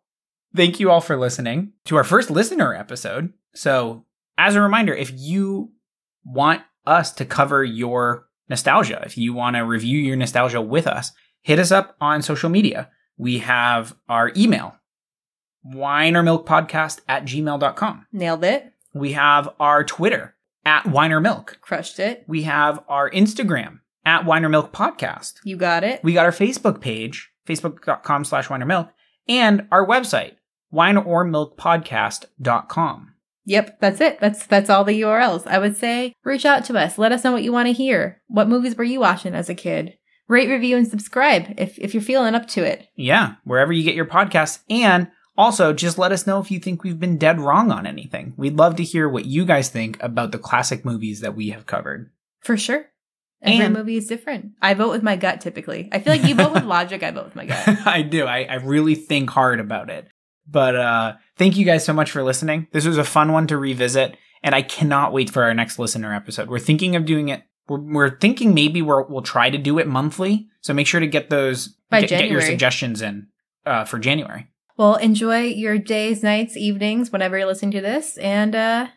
[SPEAKER 1] thank you all for listening to our first listener episode. So, as a reminder, if you want us to cover your nostalgia, if you want to review your nostalgia with us, hit us up on social media. We have our email, wineormilkpodcast at gmail.com.
[SPEAKER 2] nailed it.
[SPEAKER 1] We have our Twitter, at wineormilk.
[SPEAKER 2] Crushed it.
[SPEAKER 1] We have our Instagram, at wineormilkpodcast.
[SPEAKER 2] You got it.
[SPEAKER 1] We got our Facebook page, facebook.com slash wine or milk, and our website, wineormilkpodcast.com.
[SPEAKER 2] Yep, that's it. That's that's all the URLs. I would say reach out to us. Let us know what you want to hear. What movies were you watching as a kid? Rate, review, and subscribe if, if you're feeling up to it.
[SPEAKER 1] Yeah, wherever you get your podcasts. And also, just let us know if you think we've been dead wrong on anything. We'd love to hear what you guys think about the classic movies that we have covered.
[SPEAKER 2] For sure. Every
[SPEAKER 1] And-
[SPEAKER 2] movie is different. I vote with my gut typically. I feel like you vote with logic, I vote with my gut.
[SPEAKER 1] I do. I, I really think hard about it. But uh, thank you guys so much for listening. This was a fun one to revisit, and I cannot wait for our next listener episode. We're thinking of doing it. We're, we're thinking maybe we're, we'll try to do it monthly. So make sure to get those
[SPEAKER 2] By
[SPEAKER 1] get, get your
[SPEAKER 2] January.
[SPEAKER 1] suggestions in uh, for January.
[SPEAKER 2] Well, enjoy your days, nights, evenings, whenever you're listening to this, and uh,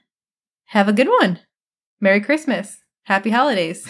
[SPEAKER 2] have a good one. Merry Christmas. Happy holidays.